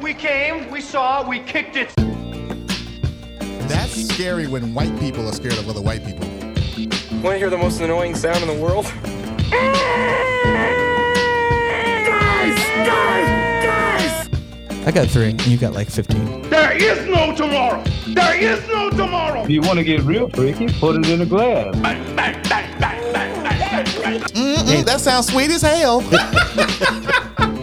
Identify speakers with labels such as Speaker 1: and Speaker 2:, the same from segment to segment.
Speaker 1: We came, we saw, we kicked it.
Speaker 2: That's scary when white people are scared of other white people.
Speaker 3: Want to hear the most annoying sound in the world?
Speaker 4: I got three, and you got like 15.
Speaker 1: There is no tomorrow. There is no tomorrow.
Speaker 5: If you want to get real freaky, put it in a glass.
Speaker 1: Bang, bang, bang, bang, bang, bang, bang, bang.
Speaker 2: Mm, that sounds sweet as hell.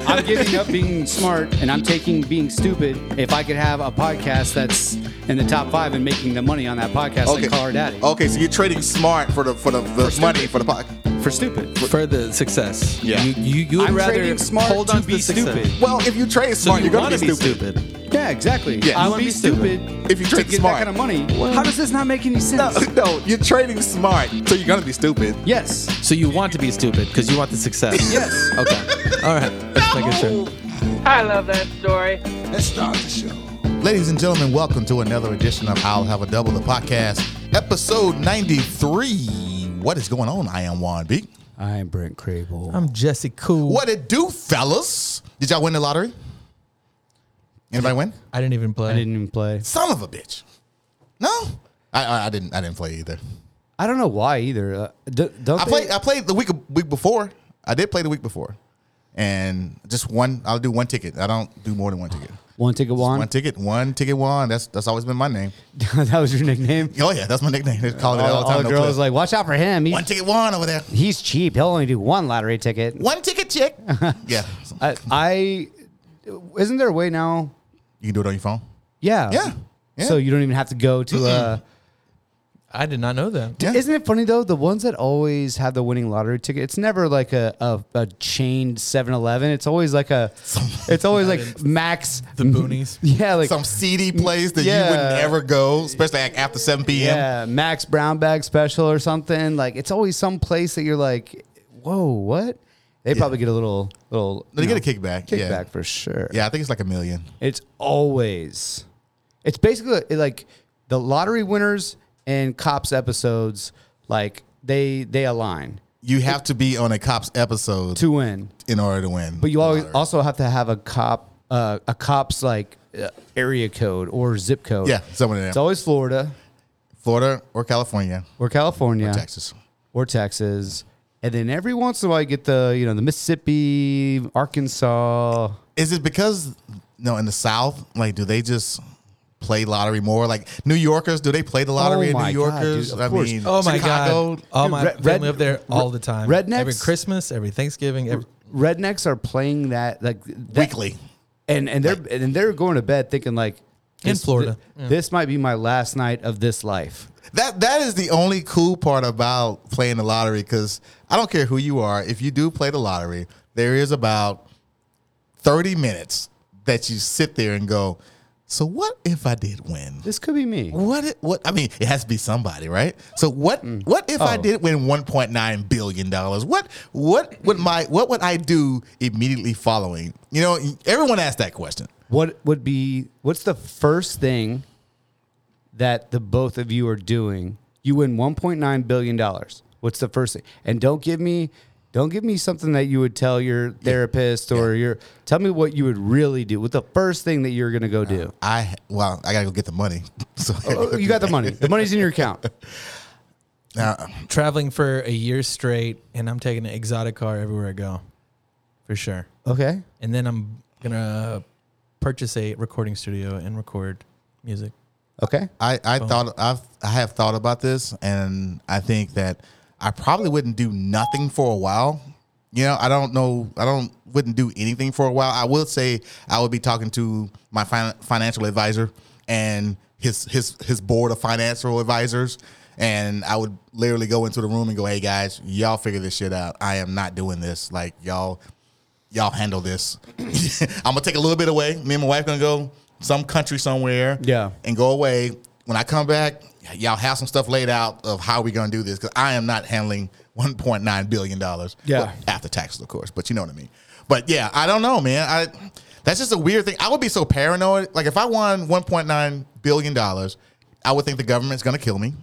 Speaker 6: I'm giving up being smart and I'm taking being stupid. If I could have a podcast that's in the top five and making the money on that podcast, okay. like Call Her Daddy
Speaker 2: Okay, Oh. so you're trading smart for the for the, the money for the pocket.
Speaker 6: for stupid.
Speaker 4: For the success.
Speaker 2: Yeah.
Speaker 4: You, you, you would
Speaker 6: I'm
Speaker 4: rather
Speaker 6: trading smart
Speaker 4: hold
Speaker 6: to
Speaker 4: on to
Speaker 6: be
Speaker 4: the success.
Speaker 6: stupid.
Speaker 2: Well, if you trade
Speaker 4: So
Speaker 2: smart,
Speaker 4: you
Speaker 2: you're
Speaker 4: want
Speaker 2: gonna
Speaker 4: to
Speaker 2: be stupid.
Speaker 6: Yeah, exactly.
Speaker 2: Yes.
Speaker 6: I
Speaker 2: You
Speaker 6: would
Speaker 2: wanna
Speaker 6: be
Speaker 4: be
Speaker 6: stupid,
Speaker 4: stupid.
Speaker 2: If you
Speaker 6: to
Speaker 2: trade
Speaker 6: get
Speaker 2: smart.
Speaker 6: that kind of money. How does this not make any sense?
Speaker 2: No, no, you're trading smart, so you're gonna be stupid.
Speaker 6: Yes.
Speaker 4: So you want to be stupid because you want the success.
Speaker 6: Yes.
Speaker 4: Okay. All right. Let's make it sure.
Speaker 7: I love that story.
Speaker 2: Let's start the show. Ladies and gentlemen, welcome to another edition of I'll Have a Double the Podcast, episode 93. What is going on? I am Juan B.
Speaker 6: I'm Brent Crable.
Speaker 4: I'm Jesse Cool.
Speaker 2: What it do, fellas? Did y'all win the lottery? Anybody win?
Speaker 4: I didn't even play.
Speaker 6: I didn't even play.
Speaker 2: Son of a bitch. No, I, I, I didn't. I didn't play either.
Speaker 6: I don't know why either. Uh, d- don't
Speaker 2: I
Speaker 6: they-
Speaker 2: played. I played the week week before. I did play the week before, and just one. I'll do one ticket. I don't do more than one ticket.
Speaker 6: one ticket
Speaker 2: One
Speaker 6: won?
Speaker 2: ticket. One ticket. One. That's that's always been my name.
Speaker 6: that was your nickname.
Speaker 2: Oh yeah, that's my nickname. They call it
Speaker 6: All,
Speaker 2: all, the time.
Speaker 6: all the
Speaker 2: no
Speaker 6: girls
Speaker 2: clue.
Speaker 6: like, watch out for him. He's,
Speaker 2: one ticket. One over there.
Speaker 6: he's cheap. He'll only do one lottery ticket.
Speaker 2: One ticket, chick. yeah,
Speaker 6: I, I isn't there a way now?
Speaker 2: you can do it on your phone.
Speaker 6: Yeah.
Speaker 2: Yeah. Yeah.
Speaker 6: Uh, So you don't even have to go to uh
Speaker 4: I did not know that.
Speaker 2: Yeah.
Speaker 6: Isn't it funny though? The ones that always have the winning lottery ticket, it's never like a a, a chained 7-Eleven. It's always like a it's always like max
Speaker 4: The boonies.
Speaker 6: yeah, like
Speaker 2: Some seedy place that you
Speaker 6: Yeah.
Speaker 2: would never go, especially like after seven p.m.
Speaker 6: yeah, max brown bag special or something. Like it's always some place that you're like, "Whoa, what?" They probably get a little little
Speaker 2: They
Speaker 6: you
Speaker 2: get a kickback,
Speaker 6: Kickback
Speaker 2: yeah.
Speaker 6: for sure.
Speaker 2: Yeah, I think it's like a million.
Speaker 6: It's always. It's basically like the lottery winners and cops episodes. Like they they align
Speaker 2: You have to be on a cops episode
Speaker 6: to win,
Speaker 2: in order to win.
Speaker 6: but you
Speaker 2: the
Speaker 6: always
Speaker 2: lottery.
Speaker 6: also have to have a cop uh, a cop's like uh, area code or zip code.
Speaker 2: yeah, someone in there.
Speaker 6: it's always Florida
Speaker 2: Florida or California,
Speaker 6: or California
Speaker 2: Texas.
Speaker 6: or Texas, and then every once in a while you get the you know the Mississippi, Arkansas.
Speaker 2: Is it because no in the South? Like, do they just play lottery more? Like New Yorkers, do they play the lottery in
Speaker 6: Oh my
Speaker 2: New
Speaker 6: God, dude,
Speaker 2: Yorkers?
Speaker 6: of
Speaker 2: I
Speaker 6: course.
Speaker 2: mean,
Speaker 4: Oh my
Speaker 2: Chicago,
Speaker 4: god! All
Speaker 6: Dude,
Speaker 4: my
Speaker 6: red-
Speaker 4: family
Speaker 6: red-
Speaker 4: up there all the time.
Speaker 6: rednecks?
Speaker 4: Every Christmas, every Thanksgiving, every,
Speaker 6: Rednecks are playing that like that,
Speaker 2: weekly.
Speaker 6: and and they're and they're going to bed thinking like
Speaker 4: In
Speaker 6: this-
Speaker 4: Florida.
Speaker 6: th- this might be my last night of this life.
Speaker 2: That that is the only cool part about playing the lottery because I don't care who you are. If you do play the lottery, there is about thirty minutes that you sit there and go. So what if I did win?
Speaker 6: This could be me.
Speaker 2: What? i- What? I mean, it has to be somebody, right? So what? What if I
Speaker 6: Oh.
Speaker 2: did win one point nine billion dollars? What? What would my? What would I do immediately following? You know, everyone asks that question.
Speaker 6: What would be what's the first thing that the both of you are doing? You win 1.9 billion dollars. What's the first thing? And don't give me don't give me something that you would tell your therapist or your tell me what you would really do. What's the first thing that you're going to go do?
Speaker 2: I well, I gotta go get the money. So
Speaker 6: Oh, you got the money. The money's in your account.
Speaker 2: Uh,
Speaker 4: traveling for a year straight, and I'm taking an exotic car everywhere I go, for sure.
Speaker 6: Okay.
Speaker 4: And then I'm gonna purchase a recording studio and record music.
Speaker 6: Okay.
Speaker 2: I I thought I've I have thought about this, and I think that I probably wouldn't do nothing for a while. You know, I don't know. I don't wouldn't do anything for a while. I will say I would be talking to my fin- financial advisor and his his his board of financial advisors, and I would literally go into the room and go, "Hey guys, y'all figure this shit out. I am not doing this. Like y'all, y'all handle this. I'm gonna take a little bit away. Me and my wife gonna go some country somewhere.
Speaker 6: Yeah.
Speaker 2: And go away. When I come back, y'all have some stuff laid out of how we gonna do this because I am not handling 1.9 billion dollars.
Speaker 6: Yeah.
Speaker 2: after taxes, of course. But you know what I mean. But yeah, I don't know, man. I that's just a weird thing. I would be so paranoid. Like if I won 1.9 billion dollars, I would think the government's gonna kill me.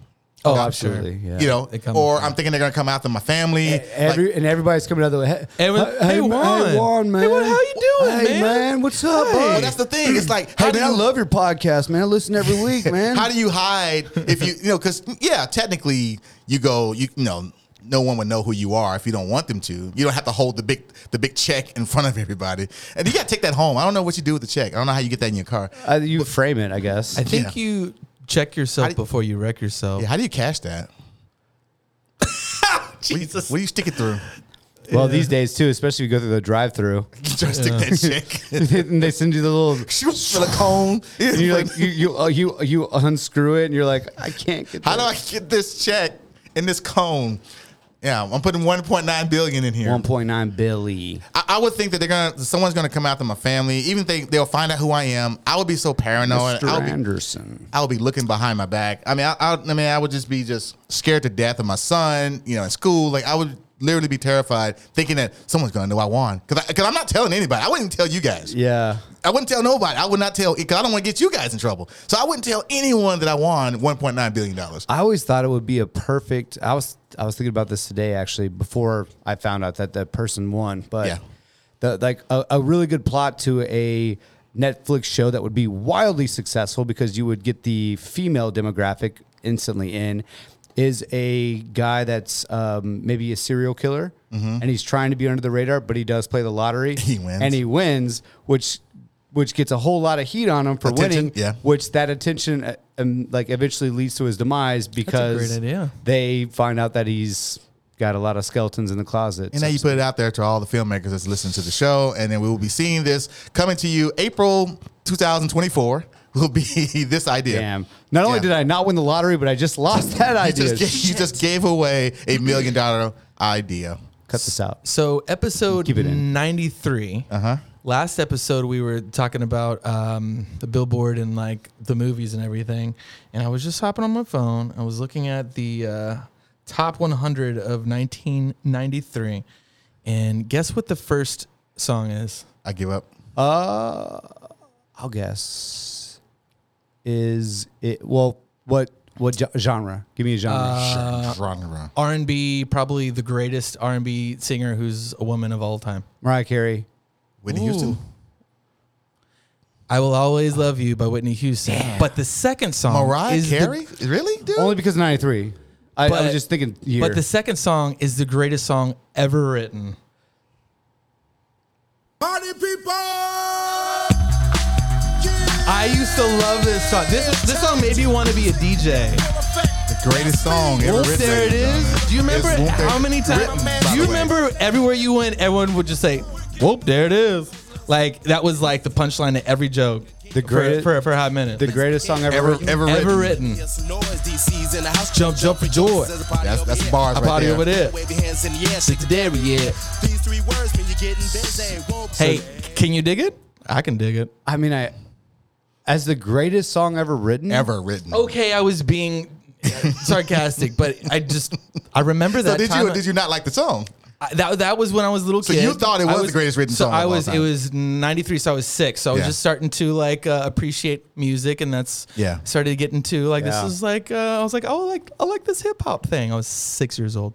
Speaker 6: Oh,
Speaker 2: Yeah.
Speaker 6: absolutely. Yeah.
Speaker 2: you know,
Speaker 4: They come-
Speaker 2: or I'm thinking they're gonna come after my family.
Speaker 6: Every, and everybody's coming out the way. Hey,
Speaker 4: Everyone-
Speaker 6: hey,
Speaker 4: hey,
Speaker 6: ma-
Speaker 4: Juan.
Speaker 6: hey, Juan, man.
Speaker 4: Hey, Juan, how you doing,
Speaker 6: hey,
Speaker 4: man?
Speaker 6: What's up,
Speaker 2: Well,
Speaker 6: bud?
Speaker 2: that's the thing. It's like,
Speaker 6: Hey,
Speaker 2: how do
Speaker 6: man, I
Speaker 2: you-
Speaker 6: love your podcast, man. I listen every week, man.
Speaker 2: How do you hide if you you know? Because yeah, technically you go you, you know no one would know who you are if you don't want them to. You don't have to hold the big the big check in front of everybody, and you got to take that home. I don't know what you do with the check. I don't know how you get that in your car.
Speaker 6: Uh, you frame it, I guess.
Speaker 4: I think
Speaker 2: Yeah.
Speaker 4: you check yourself
Speaker 2: How do-
Speaker 4: before you wreck yourself.
Speaker 2: Yeah, how do you cash that?
Speaker 4: Jesus.
Speaker 2: What do you stick it through?
Speaker 6: well, these days too, especially if you go through the drive-through,
Speaker 2: You try to stick that check.
Speaker 6: and they send you the little.
Speaker 2: Silicone.
Speaker 6: And you're like, you you uh, you you unscrew it, and you're like, I can't get.
Speaker 2: how do I get this check in this cone? Yeah, I'm putting 1.9 billion in here.
Speaker 6: One point nine Billy.
Speaker 2: I, I would think that they're gonna someone's gonna come after my family. Even if they they'll find out who I am, I would be so paranoid.
Speaker 6: Mr.
Speaker 2: I would Oh, be,
Speaker 6: Anderson.
Speaker 2: I would be looking behind my back. I mean, I, I, I mean, I would just be just scared to death of my son. You know, in school, like I would literally be terrified, thinking that someone's gonna know I won because because I'm not telling anybody. I wouldn't tell you guys.
Speaker 6: Yeah.
Speaker 2: I wouldn't tell nobody. I would not tell because I don't want to get you guys in trouble. So I wouldn't tell anyone that I won 1.9 billion dollars.
Speaker 6: I always thought it would be a perfect. I was I was thinking about this today actually before I found out that the person won, but
Speaker 2: Yeah.
Speaker 6: the, like a, a really good plot to a Netflix show that would be wildly successful because you would get the female demographic instantly in is a guy that's um, maybe a serial killer and he's trying to be under the radar, but he does play the lottery.
Speaker 2: Mm-hmm. He wins.
Speaker 6: and he wins, which which gets a whole lot of heat on him for
Speaker 2: Attention,
Speaker 6: winning.
Speaker 2: yeah.
Speaker 6: which that attention uh, um, like eventually leads to his demise because
Speaker 4: That's a
Speaker 6: because
Speaker 4: great idea.
Speaker 6: they find out that he's got a lot of skeletons in the closet.
Speaker 2: And now you put it out there to all the filmmakers that's listening to the show, and then we will be seeing this coming to you April 2024. Will be this idea.
Speaker 6: Damn. Not only
Speaker 2: Yeah.
Speaker 6: did I not win the lottery, but I just lost that
Speaker 2: You
Speaker 6: idea.
Speaker 2: just, ga- you just gave away a million dollar idea.
Speaker 6: Cut this out.
Speaker 4: So episode
Speaker 6: Keep it in.
Speaker 4: 93. Uh-huh. Last episode we were talking about um, the billboard and like the movies and everything, and I was just hopping on my phone. I was looking at the uh, top 100 of 1993, and guess what the first song is?
Speaker 2: I give up.
Speaker 6: Uh, I'll guess. Is it well? What what ge- genre? Give me a genre.
Speaker 2: Uh,
Speaker 4: Uh,
Speaker 2: Genre.
Speaker 4: R&B, probably the greatest R&B singer who's a woman of all time.
Speaker 6: Mariah Carey.
Speaker 2: Whitney Houston.
Speaker 4: Ooh. I will always love you by Whitney Houston. But the second song,
Speaker 2: Mariah
Speaker 4: is the-
Speaker 2: Carey? really? Dude?
Speaker 6: Only because of '93. I, I
Speaker 4: But-
Speaker 6: was just thinking. Year.
Speaker 4: But the second song is the greatest song ever written.
Speaker 2: Party people!
Speaker 4: I used to love this song. This this song made me want to be a DJ.
Speaker 2: The greatest song ever
Speaker 4: Well,
Speaker 2: written.
Speaker 4: there it
Speaker 2: ladies and
Speaker 4: is.
Speaker 2: gentlemen.
Speaker 4: Do you remember
Speaker 2: It's won't they-
Speaker 4: how many times?
Speaker 2: written, by
Speaker 4: Do you
Speaker 2: the way.
Speaker 4: remember everywhere you went, everyone would just say, "Whoop, there it is." Like that was like the punchline to every joke.
Speaker 6: The
Speaker 4: for-
Speaker 6: greatest-
Speaker 4: for, for, a hot minute.
Speaker 6: the greatest song ever.
Speaker 2: Ever,
Speaker 6: written?
Speaker 2: ever,
Speaker 4: ever
Speaker 2: written.
Speaker 4: written.
Speaker 8: Yes, noise, DC's in the house.
Speaker 4: Jump, jump for joy.
Speaker 2: That's, that's the bars
Speaker 4: I
Speaker 2: right
Speaker 4: party
Speaker 2: there.
Speaker 4: over there.
Speaker 8: Wave your hands in the air.
Speaker 4: It's
Speaker 8: Shake
Speaker 4: there, yeah.
Speaker 8: these three words when you're getting busy. Whoa,
Speaker 4: Hey, can you dig it? I can dig it.
Speaker 6: I mean, I as the greatest song ever written.
Speaker 2: Ever written.
Speaker 4: Okay, I was being sarcastic, but I just I remember that.
Speaker 2: So did
Speaker 4: time
Speaker 2: you, did you not like the song?
Speaker 4: I- that that was when I was a little
Speaker 2: So
Speaker 4: kid.
Speaker 2: you thought it
Speaker 4: I
Speaker 2: was the greatest written
Speaker 4: so
Speaker 2: song of
Speaker 4: I
Speaker 2: all
Speaker 4: was.
Speaker 2: time.
Speaker 4: It was '93, so I was six. So I was
Speaker 2: Yeah.
Speaker 4: just starting to like uh, appreciate music, and that's
Speaker 2: Yeah.
Speaker 4: Started getting to like
Speaker 6: Yeah.
Speaker 4: this is like uh, I was like oh like I like this hip hop thing. I was six years old,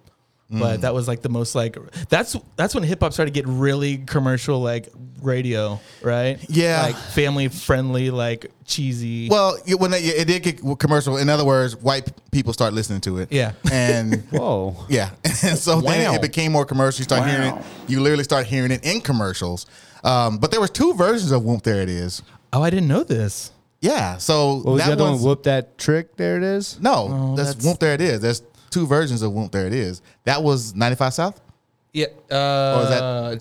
Speaker 2: Mm.
Speaker 4: but that was like the most like that's that's when hip hop started to get really commercial like radio right
Speaker 2: Yeah.
Speaker 4: like family friendly like cheesy.
Speaker 2: Well, it- when it, it did get commercial, in other words, white people start listening to it.
Speaker 4: Yeah.
Speaker 2: and
Speaker 6: Whoa.
Speaker 2: yeah, and so then
Speaker 4: Wow.
Speaker 2: it became more commercial. You start hearing it. You literally start hearing it in commercials. Um, but there was two versions of "Whoop There It Is."
Speaker 4: oh, I didn't know this.
Speaker 2: Yeah, so
Speaker 6: What was the other one?
Speaker 2: one's-
Speaker 6: Whoop that trick. There it is.
Speaker 2: No,
Speaker 4: Oh,
Speaker 2: that's,
Speaker 4: that's-
Speaker 2: "Whoop There It Is." There's two versions of "Whoop There It Is." That was '95 South
Speaker 4: Yeah.
Speaker 2: was that-
Speaker 4: Uh,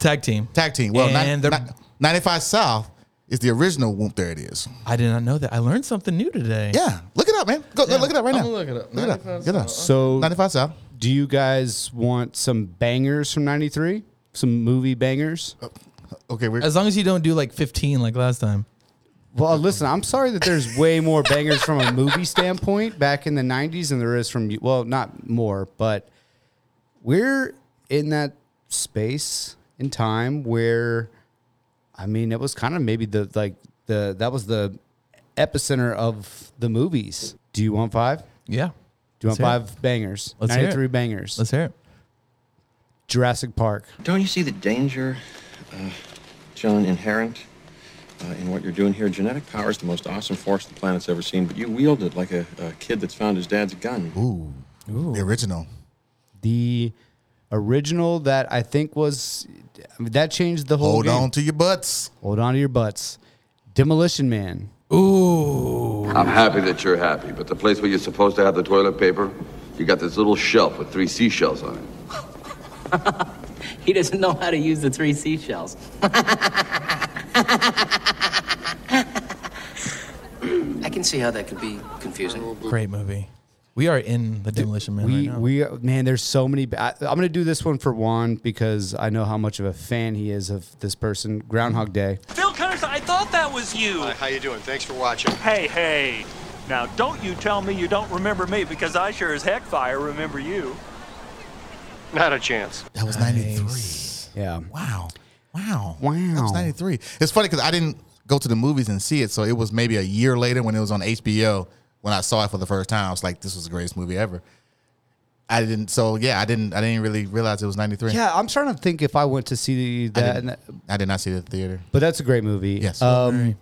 Speaker 4: tag team?
Speaker 2: tag team. Well,
Speaker 4: And they're-
Speaker 2: '95 South is the original "Whoop There It Is."
Speaker 4: I did not know that. I learned something new today.
Speaker 2: Yeah, look it up, man. Go, go
Speaker 4: Yeah,
Speaker 2: look it up right
Speaker 4: I'm
Speaker 2: now.
Speaker 4: gonna look it up.
Speaker 2: Look it up.
Speaker 4: 95
Speaker 2: Look it up.
Speaker 6: So,
Speaker 2: '95 South.
Speaker 6: do you guys want some bangers from '93? Some movie bangers?
Speaker 2: Okay, we're
Speaker 4: As long as you don't do like 15 like last time.
Speaker 6: Well, listen, I'm sorry that there's way more bangers from a movie standpoint back in the '90s than there is from well, not more, but we're in that space in time where, I mean, it was kind of maybe the like the that was the epicenter of the movies. Do you want five?
Speaker 4: Yeah.
Speaker 6: Do you want
Speaker 4: Let's hear it.
Speaker 6: five bangers?
Speaker 4: Let's hear it.
Speaker 6: 93 bangers.
Speaker 4: Let's hear it.
Speaker 6: Jurassic Park.
Speaker 9: Don't you see the danger, uh, John, inherent uh, in what you're doing here? Genetic power is the most awesome force the planet's ever seen, but you wield it like a, a kid that's found his dad's gun.
Speaker 2: Ooh, the original.
Speaker 6: The original that I think was I mean, that changed the whole
Speaker 2: Hold
Speaker 6: game.
Speaker 2: on to your butts.
Speaker 6: Hold on to your butts. Demolition Man.
Speaker 10: I'm happy that you're happy, but the place where you're supposed to have the toilet paper, you got this little shelf with three seashells on it.
Speaker 11: He doesn't know how to use the three seashells. I can see how that could be confusing.
Speaker 4: Great movie. We are in the Demolition Man
Speaker 6: We
Speaker 4: right now.
Speaker 6: we man, there's so many. I, I'm gonna do this one for Juan because I know how much of a fan he is of this person. Groundhog Day.
Speaker 11: Phil Connors, I thought that was you.
Speaker 9: how you doing? Thanks for watching.
Speaker 11: Hey, hey. Now, don't you tell me you don't remember me because I sure as heck fire remember you.
Speaker 9: Not a chance.
Speaker 2: That was '93.
Speaker 6: Yeah.
Speaker 2: Wow, wow,
Speaker 6: Wow.
Speaker 2: That was '93. It's funny because I didn't go to the movies and see it, so it was maybe a year later when it was on HBO when I saw it for the first time. I was like, "This was the greatest movie ever." I didn't. So yeah, I didn't. I didn't really realize it was '93.
Speaker 6: Yeah, I'm trying to think if I went to see
Speaker 2: I
Speaker 6: that.
Speaker 2: didn't, I did not see it at the theater.
Speaker 6: But that's a great movie.
Speaker 2: Yes.
Speaker 6: Um,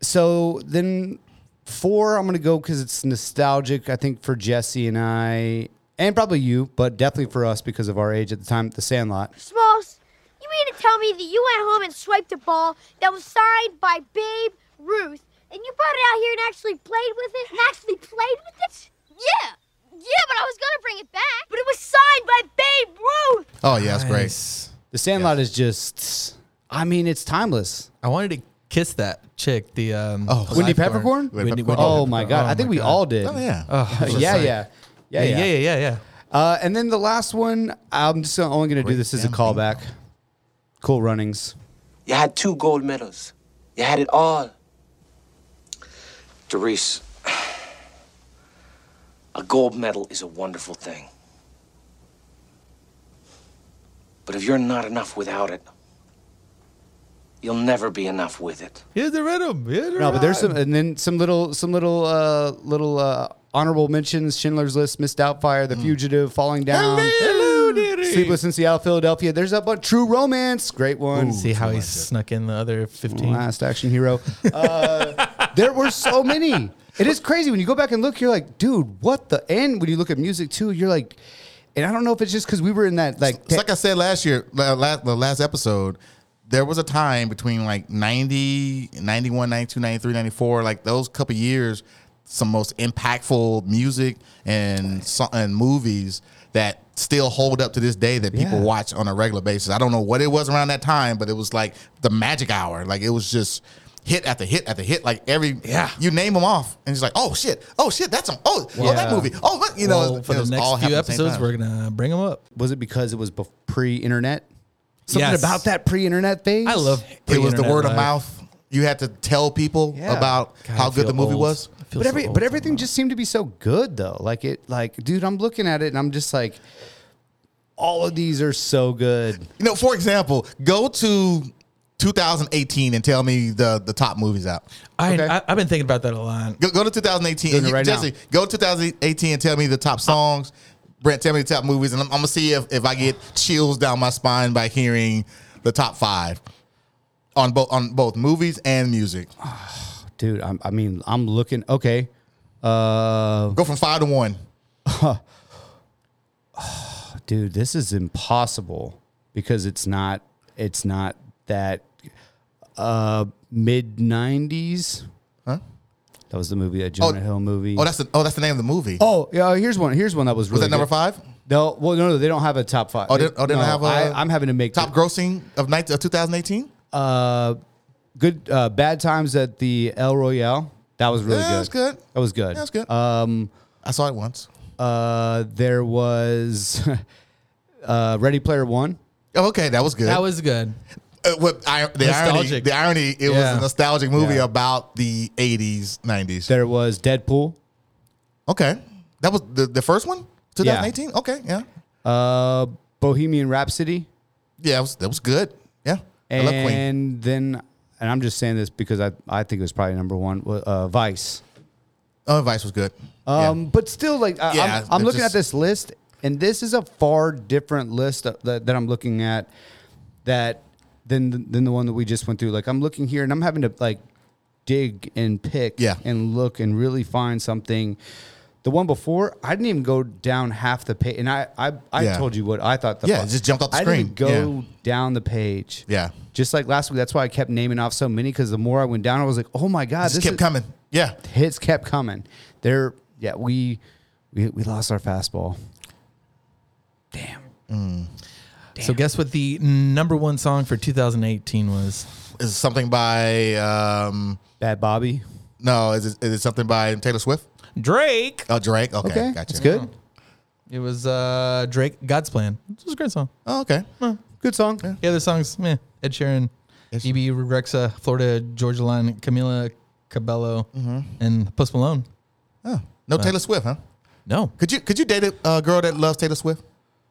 Speaker 6: so then four, I'm going to go because it's nostalgic, I think, for Jesse and I, and probably you, but definitely for us because of our age at the time, The Sandlot.
Speaker 10: Smalls, you mean to tell me that you went home and swiped a ball that was signed by Babe Ruth, and you brought it out here and actually played with it? And actually played with it? Yeah. Yeah, but I was gonna bring it back. But it was signed by Babe Ruth.
Speaker 2: Oh yeah, it's great.
Speaker 4: Nice.
Speaker 6: The Sandlot is just, I mean, it's timeless.
Speaker 4: I wanted to kiss that chick. The um,
Speaker 2: Oh, Blackthorn.
Speaker 6: Wendy Peppercorn?
Speaker 2: Wendy
Speaker 4: Wendy-
Speaker 2: Peppercorn.
Speaker 6: Oh, my God.
Speaker 4: Oh,
Speaker 6: I think
Speaker 4: my
Speaker 6: we
Speaker 4: God.
Speaker 6: all did.
Speaker 2: Oh yeah.
Speaker 4: Oh,
Speaker 6: yeah,
Speaker 4: like-
Speaker 6: yeah. Yeah,
Speaker 4: yeah, yeah, yeah, yeah,
Speaker 6: Uh, and then the last one, I'm just gonna- only going to do
Speaker 2: Great
Speaker 6: this as a
Speaker 2: damn
Speaker 6: callback. Cool runnings.
Speaker 11: You had two gold medals. You had it all. Doris, a gold medal is a wonderful thing. But if you're not enough without it, you'll never be enough with it.
Speaker 4: Here's the rhythm. Here's the
Speaker 6: No, but there's
Speaker 4: rhyme.
Speaker 6: some, and then some little, some little, uh, little uh, honorable mentions: Schindler's List, Miss Doubtfire, The Fugitive, Falling Down,
Speaker 4: Hmm. Hello, dearie.
Speaker 6: Sleepless in Seattle, Philadelphia. There's a bunch. True Romance, great one.
Speaker 4: See how he snuck in the other 15.
Speaker 6: Last Action Hero. Uh, there were so many. It is crazy when you go back and look. You're like, dude, what the? And when you look at music too, you're like, and I don't know if it's just because we were in that like.
Speaker 2: It's like I said last year, last, the last episode, there was a time between like 90, 91, 92, 93, 94, like those couple years, some most impactful music and so- and movies that still hold up to this day that people
Speaker 6: Yeah.
Speaker 2: watch on a regular basis. I don't know what it was around that time, but it was like the magic hour. Like it was just hit after hit after hit. Like every
Speaker 4: Yeah.
Speaker 2: you name them off, and it's like oh shit, oh shit, that's some oh oh that
Speaker 6: Yeah.
Speaker 2: movie oh what you know.
Speaker 4: Well, for
Speaker 2: it
Speaker 4: the
Speaker 2: was all
Speaker 4: next
Speaker 2: happening
Speaker 4: few
Speaker 2: at the same
Speaker 4: episodes,
Speaker 2: time.
Speaker 4: we're gonna bring them up.
Speaker 6: was it because it was bef- pre-internet? Something
Speaker 4: Yes.
Speaker 6: about that pre-internet phase.
Speaker 4: I love.
Speaker 2: it was the
Speaker 4: pre-internet
Speaker 2: word of
Speaker 4: life.
Speaker 2: mouth. You had to tell people
Speaker 6: Yeah.
Speaker 2: about
Speaker 4: God,
Speaker 2: how
Speaker 4: I
Speaker 2: good
Speaker 4: feel
Speaker 2: the movie
Speaker 4: old.
Speaker 2: was.
Speaker 4: I feel
Speaker 6: But
Speaker 4: so
Speaker 6: every
Speaker 4: old
Speaker 6: but
Speaker 4: right
Speaker 6: everything
Speaker 4: now.
Speaker 6: just seemed to be so good though. Like it like dude, I'm looking at it and I'm just like all of these are so good.
Speaker 2: You know, for example, go to 2018 and tell me the the top movies out.
Speaker 4: I,
Speaker 6: okay.
Speaker 4: I, I've been thinking about that a lot.
Speaker 2: Go, go to 2018
Speaker 6: Doing
Speaker 2: and
Speaker 6: it
Speaker 2: you,
Speaker 6: right now.
Speaker 2: Jesse, go to 2018 and tell me the top songs. Brent, tell me the top movies, and I'm, I'm gonna see if, if I get chills down my spine by hearing the top five on both on both movies and music.
Speaker 6: Dude, I'm, I mean, I'm looking okay. Uh
Speaker 2: Go from five to one.
Speaker 6: dude, this is impossible because it's not it's not that uh mid 90s. Huh? That was the movie that Jonah Hill movie.
Speaker 2: Oh, that's the oh that's the name of the movie.
Speaker 6: Oh, yeah, here's one. Here's one that was
Speaker 2: Was
Speaker 6: really
Speaker 2: that number
Speaker 6: good.
Speaker 2: five?
Speaker 6: No, well, no, no, they don't have a top five.
Speaker 2: Oh, they, oh, they don't
Speaker 6: no,
Speaker 2: have. a
Speaker 6: I, I'm having to make
Speaker 2: top
Speaker 6: the-
Speaker 2: grossing of 19 of 2018.
Speaker 6: good uh, bad times at the El Royale. That was really
Speaker 2: Yeah,
Speaker 6: good.
Speaker 2: that was good.
Speaker 6: That was good.
Speaker 2: That was good.
Speaker 6: Um,
Speaker 2: I saw it once.
Speaker 6: uh, there was uh, Ready Player One.
Speaker 2: Oh, okay, that was good.
Speaker 4: That was good.
Speaker 2: Uh, what I, the irony.
Speaker 4: Nostalgic.
Speaker 2: The irony. It was
Speaker 4: Yeah.
Speaker 2: a nostalgic movie
Speaker 6: Yeah.
Speaker 2: about the eighties, nineties.
Speaker 6: There was Deadpool.
Speaker 2: Okay, that was the, the first one, 2018. Okay, yeah,
Speaker 6: Uh, Bohemian Rhapsody.
Speaker 2: yeah, it was, that was good. Yeah, I love Queen.
Speaker 6: And then, and I'm just saying this because I I think it was probably number one. wa- Uh, Vice.
Speaker 2: Oh, Vice was good.
Speaker 6: Um, but still, like I,
Speaker 2: Yeah,
Speaker 6: I'm, I'm
Speaker 2: it
Speaker 6: looking
Speaker 2: just-
Speaker 6: at this list, and this is a far different list of- that, that I'm looking at that than than the one that we just went through. Like I'm looking here, and I'm having to like dig and pick, yeah. and look and really find something. The one before, I didn't even go down half the page, and I I, I
Speaker 2: Yeah.
Speaker 6: told you what I thought. The
Speaker 2: Yeah,
Speaker 6: fu-
Speaker 2: it just jumped off the
Speaker 6: I didn't
Speaker 2: screen.
Speaker 6: go down the page.
Speaker 2: Yeah.
Speaker 6: Just like last week, that's why I kept naming off so many because the more I went down, I was like, oh my god,
Speaker 2: Just kept coming. Yeah,
Speaker 6: hits kept coming. There, yeah, we we we lost our fastball.
Speaker 4: So guess what the number one song for 2018 was?
Speaker 2: Is something by um,
Speaker 6: Bad Bobby?
Speaker 2: No, is it, is it something by Taylor Swift?
Speaker 4: Drake.
Speaker 2: Oh, Drake. Okay,
Speaker 4: Okay,
Speaker 2: gotcha.
Speaker 4: that's good. It was uh, Drake, God's Plan. It was a great song.
Speaker 2: Oh, okay.
Speaker 6: Good song.
Speaker 2: Yeah.
Speaker 4: The other songs, meh. Ed Sheeran, DB Rexa, Florida Georgia Line, Camila Cabello,
Speaker 2: Mm-hmm.
Speaker 4: and Post Malone.
Speaker 2: Oh, no
Speaker 4: Uh,
Speaker 2: Taylor Swift, huh?
Speaker 4: No.
Speaker 2: Could you could you date a uh, girl that loves Taylor Swift?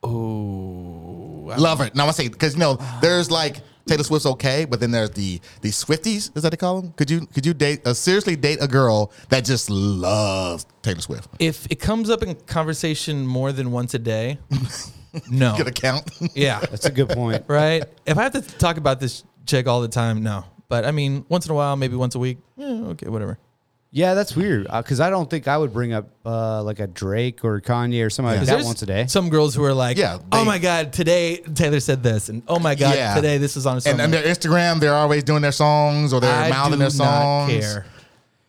Speaker 4: Oh,
Speaker 2: Love her. No, I say because you know
Speaker 4: Ah.
Speaker 2: there's like Taylor Swift's okay, but then there's the the Swifties. Is that they call them? Could you could you date uh, seriously date a girl that just loves Taylor Swift?
Speaker 4: If it comes up in conversation more than once a day, no.
Speaker 2: Get a count.
Speaker 4: Yeah.
Speaker 6: That's a good point.
Speaker 4: right? If I have to talk about this chick all the time, no. But I mean, once in a while, maybe once a week. Yeah, okay, whatever.
Speaker 6: Yeah, that's weird because I don't think I would bring up uh, like a Drake or Kanye or somebody like
Speaker 4: 'Cause
Speaker 6: that
Speaker 4: there's
Speaker 6: once a day.
Speaker 4: Some girls who are like,
Speaker 2: Yeah,
Speaker 4: oh
Speaker 2: they-
Speaker 4: my God, today Taylor said this. And oh my God,
Speaker 2: Yeah.
Speaker 4: today this is on a song.
Speaker 2: And on their Instagram, they're always doing their songs or they're
Speaker 4: I
Speaker 2: mouthing
Speaker 4: do
Speaker 2: their
Speaker 4: not
Speaker 2: songs.
Speaker 4: care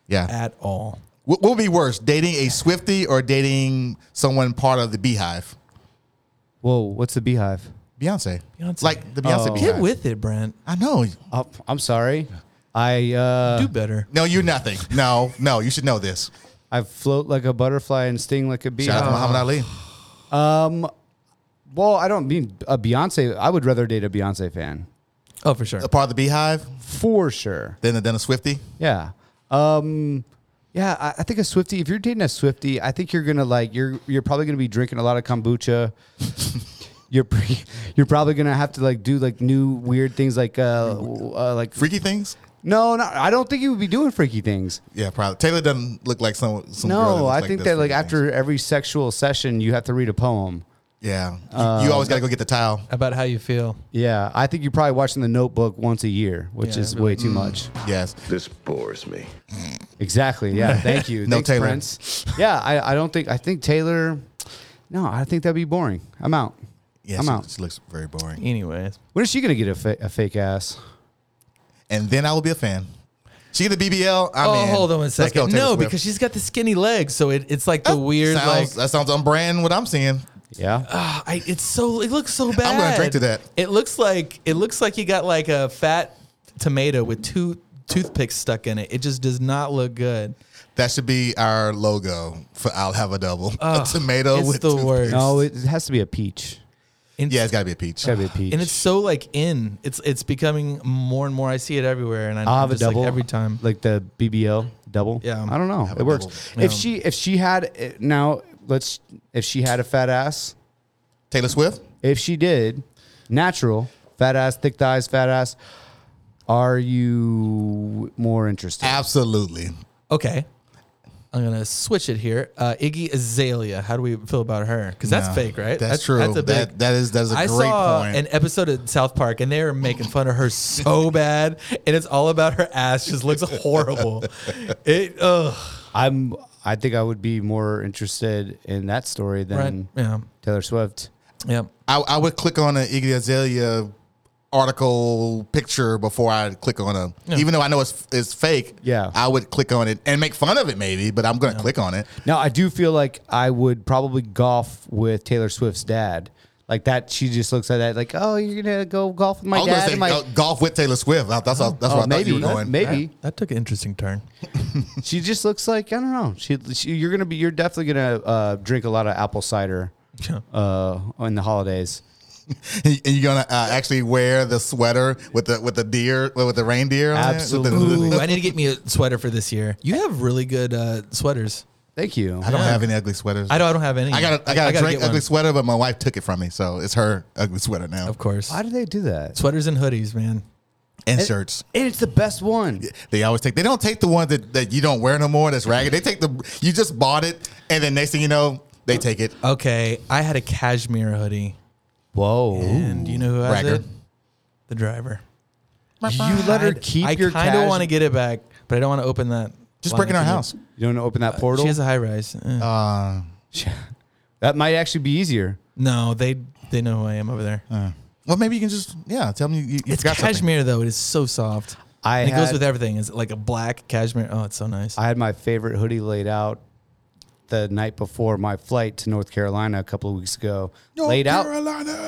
Speaker 2: Yeah.
Speaker 4: at all.
Speaker 2: What what would be worse, dating a Swifty or dating someone part of the Beehive?
Speaker 6: Whoa, what's the Beehive?
Speaker 2: Beyonce.
Speaker 4: Beyonce.
Speaker 2: Like the Beyonce
Speaker 6: Oh.
Speaker 2: Beehive.
Speaker 4: Get with it, Brent.
Speaker 2: I know.
Speaker 6: Oh, I'm sorry, I uh,
Speaker 4: Do better.
Speaker 2: No, you're nothing. No, no, you should know this.
Speaker 6: I float like a butterfly and sting like a bee.
Speaker 2: Shout out to Muhammad Ali.
Speaker 6: Um, well, I don't mean a Beyonce. I would rather date a Beyonce fan
Speaker 4: Oh, for sure.
Speaker 2: A part of the Beehive
Speaker 6: for sure.
Speaker 2: than, than a Swifty.
Speaker 6: Yeah. Um yeah, I, I think a Swifty, if you're dating a Swifty, I think you're gonna like you're you're probably gonna be drinking a lot of kombucha. you're pre- you're probably gonna have to like do like new weird things like uh, uh like
Speaker 2: Freaky things?
Speaker 6: no no I don't think you would be doing freaky things.
Speaker 2: Yeah, probably. Taylor doesn't look like some. some girl
Speaker 6: No,
Speaker 2: looks
Speaker 6: I
Speaker 2: like
Speaker 6: think
Speaker 2: does
Speaker 6: that like
Speaker 2: freaky things.
Speaker 6: after every sexual session you have to read a poem.
Speaker 2: Yeah, you,
Speaker 6: uh,
Speaker 2: you always got to go get the towel.
Speaker 4: About how you feel.
Speaker 6: Yeah, I think you're probably watching The Notebook once a year, which
Speaker 4: Yeah,
Speaker 6: is
Speaker 4: that'd be
Speaker 6: way
Speaker 4: like-
Speaker 2: Mm.
Speaker 6: too much.
Speaker 2: Yes,
Speaker 1: This bores me.
Speaker 6: Exactly. Yeah. Thank you.
Speaker 2: No
Speaker 6: Thanks,
Speaker 2: Taylor.
Speaker 6: Prince. Yeah. I, I don't think, I think Taylor, no, I think that'd be boring. I'm out.
Speaker 2: yeah,
Speaker 6: I'm
Speaker 2: she,
Speaker 6: out.
Speaker 2: she looks very boring.
Speaker 4: Anyways.
Speaker 6: When is she going to get a, fa- a fake ass?
Speaker 2: And then I will be a fan. She get the BBL. I'm
Speaker 4: oh,
Speaker 2: in.
Speaker 4: hold on one
Speaker 2: Let's go,
Speaker 4: second.
Speaker 2: Taylor
Speaker 4: No,
Speaker 2: Swift. Oh,
Speaker 4: because she's got the skinny legs. So it, it's like the weird,
Speaker 2: sounds,
Speaker 4: like,
Speaker 2: that sounds on brand. What I'm seeing.
Speaker 6: Yeah.
Speaker 4: Ah, I, it's so it looks so bad.
Speaker 2: gonna drink to that.
Speaker 4: It looks like it looks like you got like a fat tomato with two toothpicks stuck in it. It just does not look good.
Speaker 2: That should be our logo for I'll have a double.
Speaker 4: Ugh,
Speaker 2: a tomato
Speaker 4: Oh, it's
Speaker 2: with
Speaker 4: the
Speaker 2: toothpaste.
Speaker 4: worst.
Speaker 6: No, it has to be a peach.
Speaker 4: And
Speaker 2: Yeah, it's got to be a peach.
Speaker 6: It's got to be a peach.
Speaker 4: and it's so like in. It's it's becoming more and more. I see it everywhere, and I
Speaker 6: I'll have a
Speaker 4: just, like,
Speaker 6: double
Speaker 4: every time.
Speaker 6: like the BBL double.
Speaker 4: Yeah.
Speaker 6: I don't know.
Speaker 2: Have a
Speaker 6: It works.
Speaker 2: double.
Speaker 6: If
Speaker 4: Yeah.
Speaker 6: she, if she had eh, now, let's, if she had a fat ass,
Speaker 2: Taylor Swift.
Speaker 6: if she did, natural fat ass, thick thighs, fat ass. Are you more interested?
Speaker 2: Absolutely.
Speaker 4: Okay. I'm gonna switch it here. Uh, Iggy Azalea. How do we feel about her? Because that's
Speaker 2: No,
Speaker 4: fake, right?
Speaker 2: That's, true.
Speaker 4: That's a big,
Speaker 2: that, that is that is a
Speaker 4: I
Speaker 2: great
Speaker 4: saw
Speaker 2: point.
Speaker 4: an episode of South Park, and they were making fun of her so bad, and it's all about her ass. Just looks horrible. It, ugh.
Speaker 6: I'm. I think I would be more interested in that story than
Speaker 4: Right, yeah.
Speaker 6: Taylor Swift.
Speaker 4: Yeah.
Speaker 2: I, I would click on an Iggy Azalea article picture before I click on a, even though I know it's it's fake.
Speaker 6: Yeah.
Speaker 2: I would click on it and make fun of it maybe, but I'm gonna click on it.
Speaker 6: Now I do feel like I would probably golf with Taylor Swift's dad. Like that, she just looks at that like, oh, you're gonna go golf with my
Speaker 2: I was
Speaker 6: dad.
Speaker 2: gonna
Speaker 6: and
Speaker 2: say
Speaker 6: my, Oh,
Speaker 2: uh, golf with Taylor Swift. That's that's, that's where I thought you were
Speaker 6: maybe,
Speaker 2: going.
Speaker 6: maybe.
Speaker 4: That took an interesting turn.
Speaker 6: She just looks like I don't know. She, she you're gonna be, you're definitely gonna uh, drink a lot of apple cider
Speaker 4: Yeah.
Speaker 6: uh, in the holidays.
Speaker 2: And you're gonna uh, actually wear the sweater with the with the deer with the reindeer. on it? With the-
Speaker 6: Absolutely.
Speaker 4: Ooh, I need to get me a sweater for this year. You have really good uh, sweaters.
Speaker 6: Thank you.
Speaker 2: I don't have any ugly sweaters.
Speaker 4: I don't. I don't have any.
Speaker 2: I got a, I got a
Speaker 4: gotta
Speaker 2: Drake
Speaker 4: get one.
Speaker 2: ugly sweater, but my wife took it from me, so it's her ugly sweater now.
Speaker 4: Of course.
Speaker 6: Why do they do that?
Speaker 4: Sweaters and hoodies, man.
Speaker 2: and shirts.
Speaker 6: And it's the best one.
Speaker 2: They always take. They don't take the one that, that you don't wear no more. That's ragged. They take the you just bought it, and then next thing you know, they take it.
Speaker 4: Okay, I had a cashmere hoodie.
Speaker 6: Whoa!
Speaker 4: And you know who has
Speaker 2: Ragger.
Speaker 4: it? The driver.
Speaker 6: You let her keep
Speaker 4: I
Speaker 6: your
Speaker 4: I kind
Speaker 6: cash-
Speaker 4: of want to get it back, but I don't want to open that.
Speaker 6: Just
Speaker 4: line
Speaker 6: break in our
Speaker 4: up.
Speaker 6: house. You don't open that portal.
Speaker 4: Uh, She has a high rise. Eh.
Speaker 2: Uh,
Speaker 6: that might actually be easier.
Speaker 4: No, they they know who I am over there.
Speaker 6: Uh,
Speaker 2: well, maybe you can just yeah tell them you, you, you
Speaker 4: it's
Speaker 2: forgot something.
Speaker 4: cashmere though. It is so soft.
Speaker 6: I
Speaker 4: And it goes
Speaker 6: had-
Speaker 4: with everything. It's like a black cashmere. Oh, it's so nice.
Speaker 6: I had my favorite hoodie laid out the night before my flight to North Carolina a couple of weeks ago. laid out.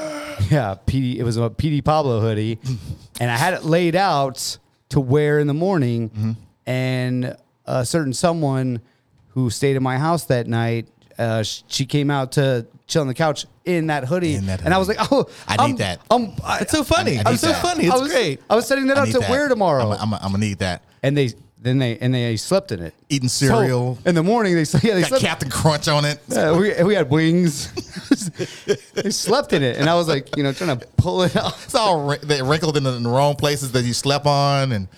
Speaker 6: Yeah, PD. It was a PD Pablo hoodie, and I had it laid out to wear in the morning. And a certain someone who stayed in my house that night, uh, sh- she came out to chill on the couch in that hoodie,
Speaker 2: that
Speaker 6: and I was like, "Oh,
Speaker 2: I
Speaker 6: I'm-
Speaker 2: need that.
Speaker 6: I'm, I,
Speaker 4: It's so funny.
Speaker 2: I
Speaker 4: I'm
Speaker 2: need
Speaker 4: so
Speaker 2: that.
Speaker 4: funny. It's
Speaker 6: I was,
Speaker 4: great.
Speaker 6: I was setting that
Speaker 2: I
Speaker 6: out
Speaker 2: need
Speaker 6: to
Speaker 2: that.
Speaker 6: wear tomorrow,
Speaker 2: I'm, I'm, I'm gonna need that.
Speaker 6: and they then they and they slept in it,
Speaker 2: Eating
Speaker 6: So,
Speaker 2: cereal.
Speaker 6: in the morning. They s- yeah they
Speaker 2: got
Speaker 6: slept.
Speaker 2: Captain Crunch on it.
Speaker 6: Yeah, we, we had wings. they slept in it, and I was like, you know, trying to pull it out.
Speaker 2: It's all wri- they wrinkled in the, in the wrong places that you slept on, and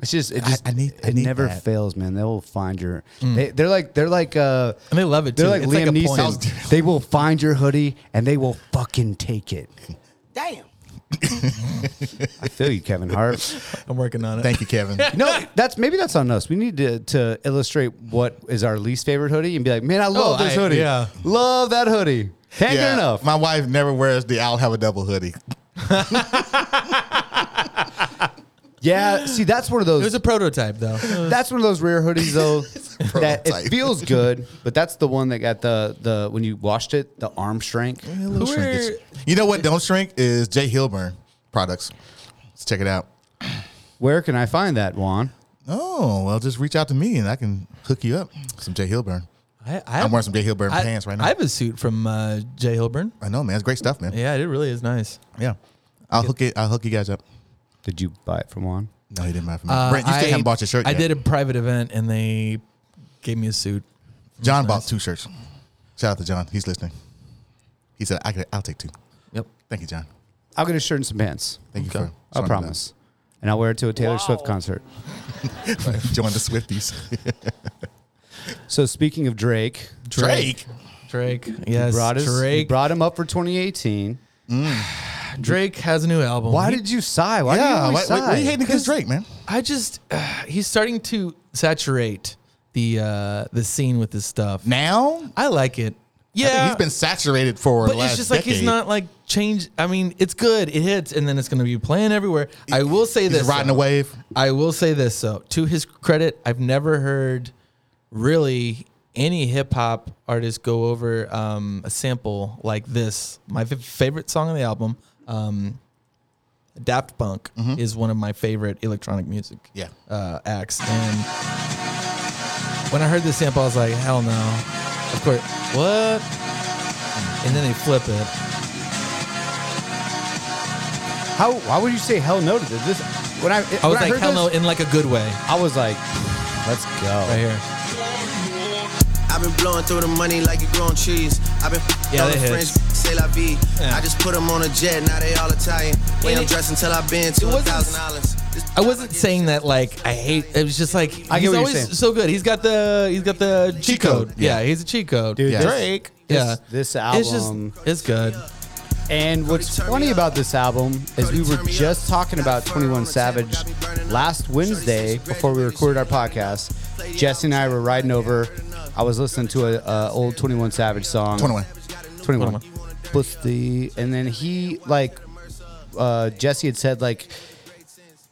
Speaker 6: It's just it
Speaker 2: I-
Speaker 6: just
Speaker 2: I need- I
Speaker 6: it
Speaker 2: need
Speaker 6: never
Speaker 2: that.
Speaker 6: fails, man. They will find your. They, they're like they're like uh.
Speaker 4: And they love it,
Speaker 6: They're
Speaker 4: too.
Speaker 6: like
Speaker 4: It's like
Speaker 6: Liam
Speaker 4: a point.
Speaker 6: Neeson. They will find your hoodie and they will fucking take it.
Speaker 8: Damn.
Speaker 6: I feel you, Kevin Hart.
Speaker 4: I'm working on it.
Speaker 2: thank you, Kevin.
Speaker 6: No, that's maybe that's on us. We need to, to illustrate what is our least favorite hoodie and be like, man, I love
Speaker 4: Oh,
Speaker 6: this
Speaker 4: I-
Speaker 6: hoodie.
Speaker 4: yeah.
Speaker 6: love that hoodie. Can't get enough.
Speaker 2: My wife never wears the I'll have a double hoodie.
Speaker 6: Yeah, see, that's one of those.
Speaker 4: It was a prototype though.
Speaker 6: that's one of those rare hoodies though that it
Speaker 2: prototype.
Speaker 6: feels good, but that's the one that got the the when you washed it, the arm shrank.
Speaker 4: Who are-
Speaker 2: You know what? Don't shrink is Jay Hilburn products. Let's check it out.
Speaker 6: Where can I find that, Juan?
Speaker 2: Oh well, just reach out to me and I can hook you up some Jay Hilburn.
Speaker 4: I, I
Speaker 2: I'm wearing some Jay Hilburn
Speaker 4: I-
Speaker 2: pants right now. i
Speaker 4: I have a suit from uh, Jay Hilburn.
Speaker 2: know, man. It's great stuff, man. Yeah,
Speaker 4: Yeah, it really is nice.
Speaker 2: I'll hook it. I'll hook you guys up.
Speaker 6: Did you buy it from Juan?
Speaker 2: No, he didn't buy it for me.
Speaker 4: Uh,
Speaker 2: Brent, you still
Speaker 4: I-
Speaker 2: haven't bought your shirt.
Speaker 4: I
Speaker 2: yet.
Speaker 4: did a private event and they gave me a suit.
Speaker 2: John bought two shirts. Shout out to John. He's listening. He said, I could, "I'll take two.
Speaker 4: Yep.
Speaker 2: Thank you, John.
Speaker 6: I'll get a shirt and some pants.
Speaker 2: Thank you for.
Speaker 6: I
Speaker 2: showing me
Speaker 6: promise. And I'll wear it to a Taylor Swift concert.
Speaker 2: that. Join the Swifties.
Speaker 6: So speaking of Drake,
Speaker 2: Drake.
Speaker 4: Drake. Yes.
Speaker 6: brought us,
Speaker 4: Drake.
Speaker 6: brought him up for 2018.
Speaker 4: Drake has a new album.
Speaker 6: Why
Speaker 4: He-
Speaker 6: did you sigh? Why
Speaker 2: Yeah,
Speaker 6: did
Speaker 2: why,
Speaker 6: you
Speaker 2: why,
Speaker 6: sigh?
Speaker 2: why you hating against Drake, man?
Speaker 4: I just uh, he's starting to saturate the uh, the scene with his stuff.
Speaker 2: Now,
Speaker 4: I like it.
Speaker 2: I think
Speaker 4: Yeah.
Speaker 2: he's been saturated for.
Speaker 4: but
Speaker 2: the last
Speaker 4: it's just like
Speaker 2: decade.
Speaker 4: he's not like change. I mean, it's good. It hits, and then it's going to be playing everywhere. I will say
Speaker 2: He's
Speaker 4: this: uh,
Speaker 2: riding
Speaker 4: though.
Speaker 2: a wave.
Speaker 4: I will say this though, to his credit, I've never heard really any hip hop artist go over um, a sample like this. My f- favorite song on the album, um, Daft Punk,
Speaker 6: Mm-hmm.
Speaker 4: is one of my favorite electronic music
Speaker 2: Yeah.
Speaker 4: uh, acts. And when I heard this sample, I was like, hell no. Of course, what? And then they flip it.
Speaker 6: How? Why would you say hell no to this? this when I,
Speaker 4: I was
Speaker 6: when I
Speaker 4: like,
Speaker 6: heard
Speaker 4: hell
Speaker 6: this,
Speaker 4: no, in like a good way.
Speaker 6: I was like, let's go.
Speaker 4: Right here.
Speaker 8: I've been blowing through the money like you growing cheese. I've been
Speaker 4: Yeah,
Speaker 8: all
Speaker 4: that
Speaker 8: the French
Speaker 4: hits.
Speaker 8: say la vie.
Speaker 4: Yeah.
Speaker 8: I just put them on a jet, now they all Italian. Way
Speaker 4: And
Speaker 8: I'm
Speaker 4: it-
Speaker 8: dressed until I've been to a
Speaker 4: wasn't-
Speaker 8: thousand dollars. This-
Speaker 4: I wasn't saying that like I hate. It was just like
Speaker 6: I get
Speaker 4: he's
Speaker 6: what you're
Speaker 4: always
Speaker 6: saying.
Speaker 4: so good. He's got the he's got the cheat, code.
Speaker 2: code.
Speaker 4: Yeah.
Speaker 2: Yeah.
Speaker 4: he's a cheat code.
Speaker 6: Dude,
Speaker 4: yeah.
Speaker 2: this-
Speaker 4: Drake.
Speaker 6: this-
Speaker 4: yeah,
Speaker 6: this
Speaker 4: It's
Speaker 6: album-
Speaker 4: just it's good.
Speaker 6: And what's funny about this album is we were just talking about 21 Savage last Wednesday before we recorded our podcast. Jesse and I were riding over. I was listening to a, a old 21 Savage song.
Speaker 2: 21.
Speaker 6: 21. What's the and then he like uh, Jesse had said like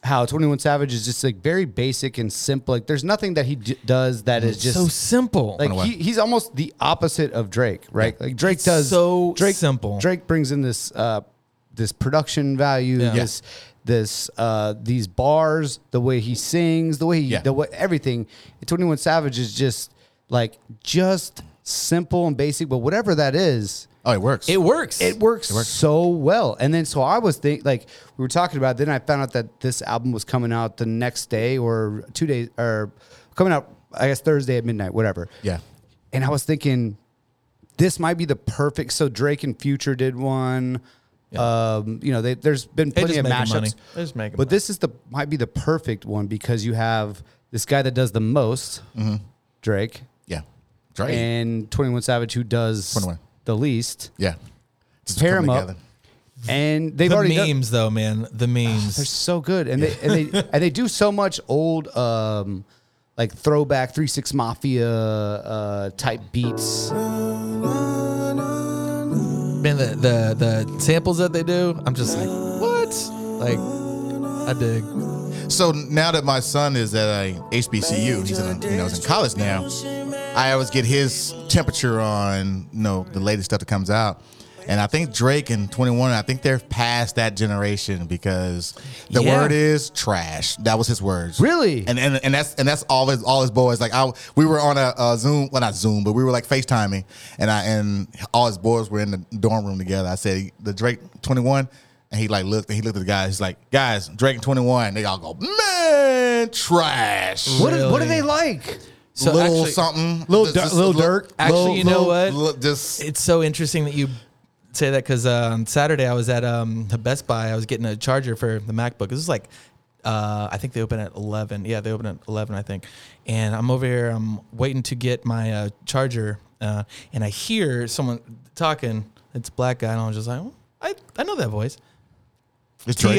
Speaker 6: how 21 Savage is just like very basic and simple. Like there's nothing that he d- does that is just
Speaker 4: so simple.
Speaker 6: like he, he's almost the opposite of Drake, right? Like Drake
Speaker 4: It's
Speaker 6: does
Speaker 4: so
Speaker 6: Drake
Speaker 4: simple.
Speaker 6: Drake brings in this uh, this production value,
Speaker 4: Yeah. Yeah.
Speaker 6: this this uh, these bars, the way he sings, the way he,
Speaker 2: Yeah.
Speaker 6: the way everything. Twenty One Savage is just like just simple and basic, but whatever that is,
Speaker 2: Oh, it works.
Speaker 4: it works.
Speaker 6: it works, so well. And then so I was think like we were talking about. Then I found out that this album was coming out the next day or two days or coming out. I guess Thursday at midnight, whatever.
Speaker 2: Yeah.
Speaker 6: And I was thinking, this might be the perfect. So Drake and Future did one. Um, you know, they, there's been
Speaker 4: They
Speaker 6: plenty
Speaker 4: just
Speaker 6: of
Speaker 4: making
Speaker 6: mashups,
Speaker 4: money. They're just making
Speaker 6: but this is the might be the perfect one because you have this guy that does the most,
Speaker 4: Mm-hmm.
Speaker 6: Drake.
Speaker 2: Yeah, Drake.
Speaker 6: and Twenty One Savage who does
Speaker 2: 21.
Speaker 6: the least.
Speaker 2: Yeah,
Speaker 6: pair
Speaker 4: come
Speaker 6: them up,
Speaker 4: together.
Speaker 6: and they've
Speaker 4: the
Speaker 6: already done- Ah,
Speaker 4: memes though, man. The memes.
Speaker 6: they're so good, and they and they and they do so much old, um, like throwback Three Six Mafia uh, type beats.
Speaker 4: Man, the, the the samples that they do, I'm just like, what? Like, I dig.
Speaker 2: So now that my son is at uh, a HBCU, he's in, you know he's in college now. I always get his temperature on you know the latest stuff that comes out, and I think Drake and Twenty One, I think they're past that generation because the
Speaker 4: Yeah.
Speaker 2: word is trash. That was his words.
Speaker 6: Really?
Speaker 2: And and, and that's and that's all his all his boys. Like I we were on a, a Zoom, well not Zoom, but we were like FaceTiming, and I and all his boys were in the dorm room together. I said the Drake Twenty One. And he like looked, and he looked at the guys. He's like, "Guys, Drake and Twenty One, they all go man, trash."
Speaker 6: What are- what are they like?
Speaker 4: So
Speaker 2: little
Speaker 4: actually-
Speaker 2: something,
Speaker 6: Little
Speaker 2: Just-
Speaker 6: Dur-
Speaker 2: just
Speaker 6: Little
Speaker 2: li-
Speaker 6: Durk.
Speaker 4: Actually,
Speaker 2: little-
Speaker 4: you know
Speaker 2: little-
Speaker 4: what?
Speaker 2: li- Just
Speaker 4: It's so interesting that you say that because on Saturday I was at um, the Best Buy. I was getting a charger for the MacBook. This is like, uh, I think they open at eleven. Yeah, they open at eleven, I think. And I'm over here. I'm waiting to get my uh, charger, uh, and I hear someone talking. It's a black guy, and I'm just like, "Oh, I I know that voice.
Speaker 2: it's Drake.
Speaker 4: Ti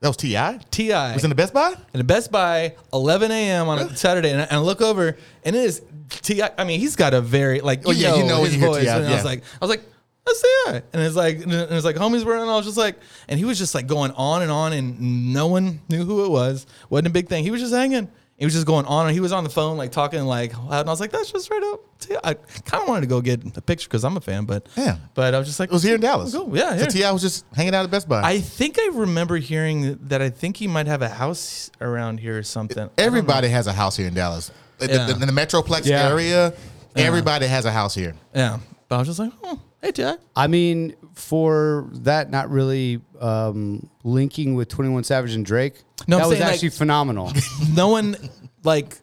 Speaker 2: That was Ti.
Speaker 4: Ti
Speaker 2: Was in the Best Buy.
Speaker 4: in the Best Buy, 11 a.m. on a Saturday, and I, and I look over, and it is Ti. I mean, he's got a very like you
Speaker 2: Oh, yeah,
Speaker 4: know
Speaker 2: you know when
Speaker 4: his
Speaker 2: you hear
Speaker 4: voice.
Speaker 2: T.I.,
Speaker 4: and I
Speaker 2: yeah.
Speaker 4: was like, I was like, that's Ti. And it's like, and it's like homies were, and I was just like, and he was just like going on and on, and no one knew who it was. wasn't a big thing. He was just hanging. He was just going on, and he was on the phone like talking like, loud, and I was like, that's just straight up. T.I. I kind of wanted to go get a picture because I'm a fan, but
Speaker 2: Yeah.
Speaker 4: but I was just like,
Speaker 2: It was here in Dallas.
Speaker 4: Cool. Yeah,
Speaker 2: So
Speaker 4: here.
Speaker 2: Ti was just hanging out at Best Buy.
Speaker 4: I think I remember hearing that I think he might have a house around here or something. I don't know.
Speaker 2: everybody has a house here in Dallas. In the-
Speaker 4: Yeah.
Speaker 2: In the, Metroplex
Speaker 6: Yeah.
Speaker 2: area, everybody has a house here.
Speaker 4: Yeah. But I was just like, oh, hey, Jack.
Speaker 6: I mean, for that not really um, linking with Twenty One Savage and Drake,
Speaker 4: No, I'm
Speaker 6: that was
Speaker 4: saying, like-
Speaker 6: actually phenomenal.
Speaker 4: No one, like,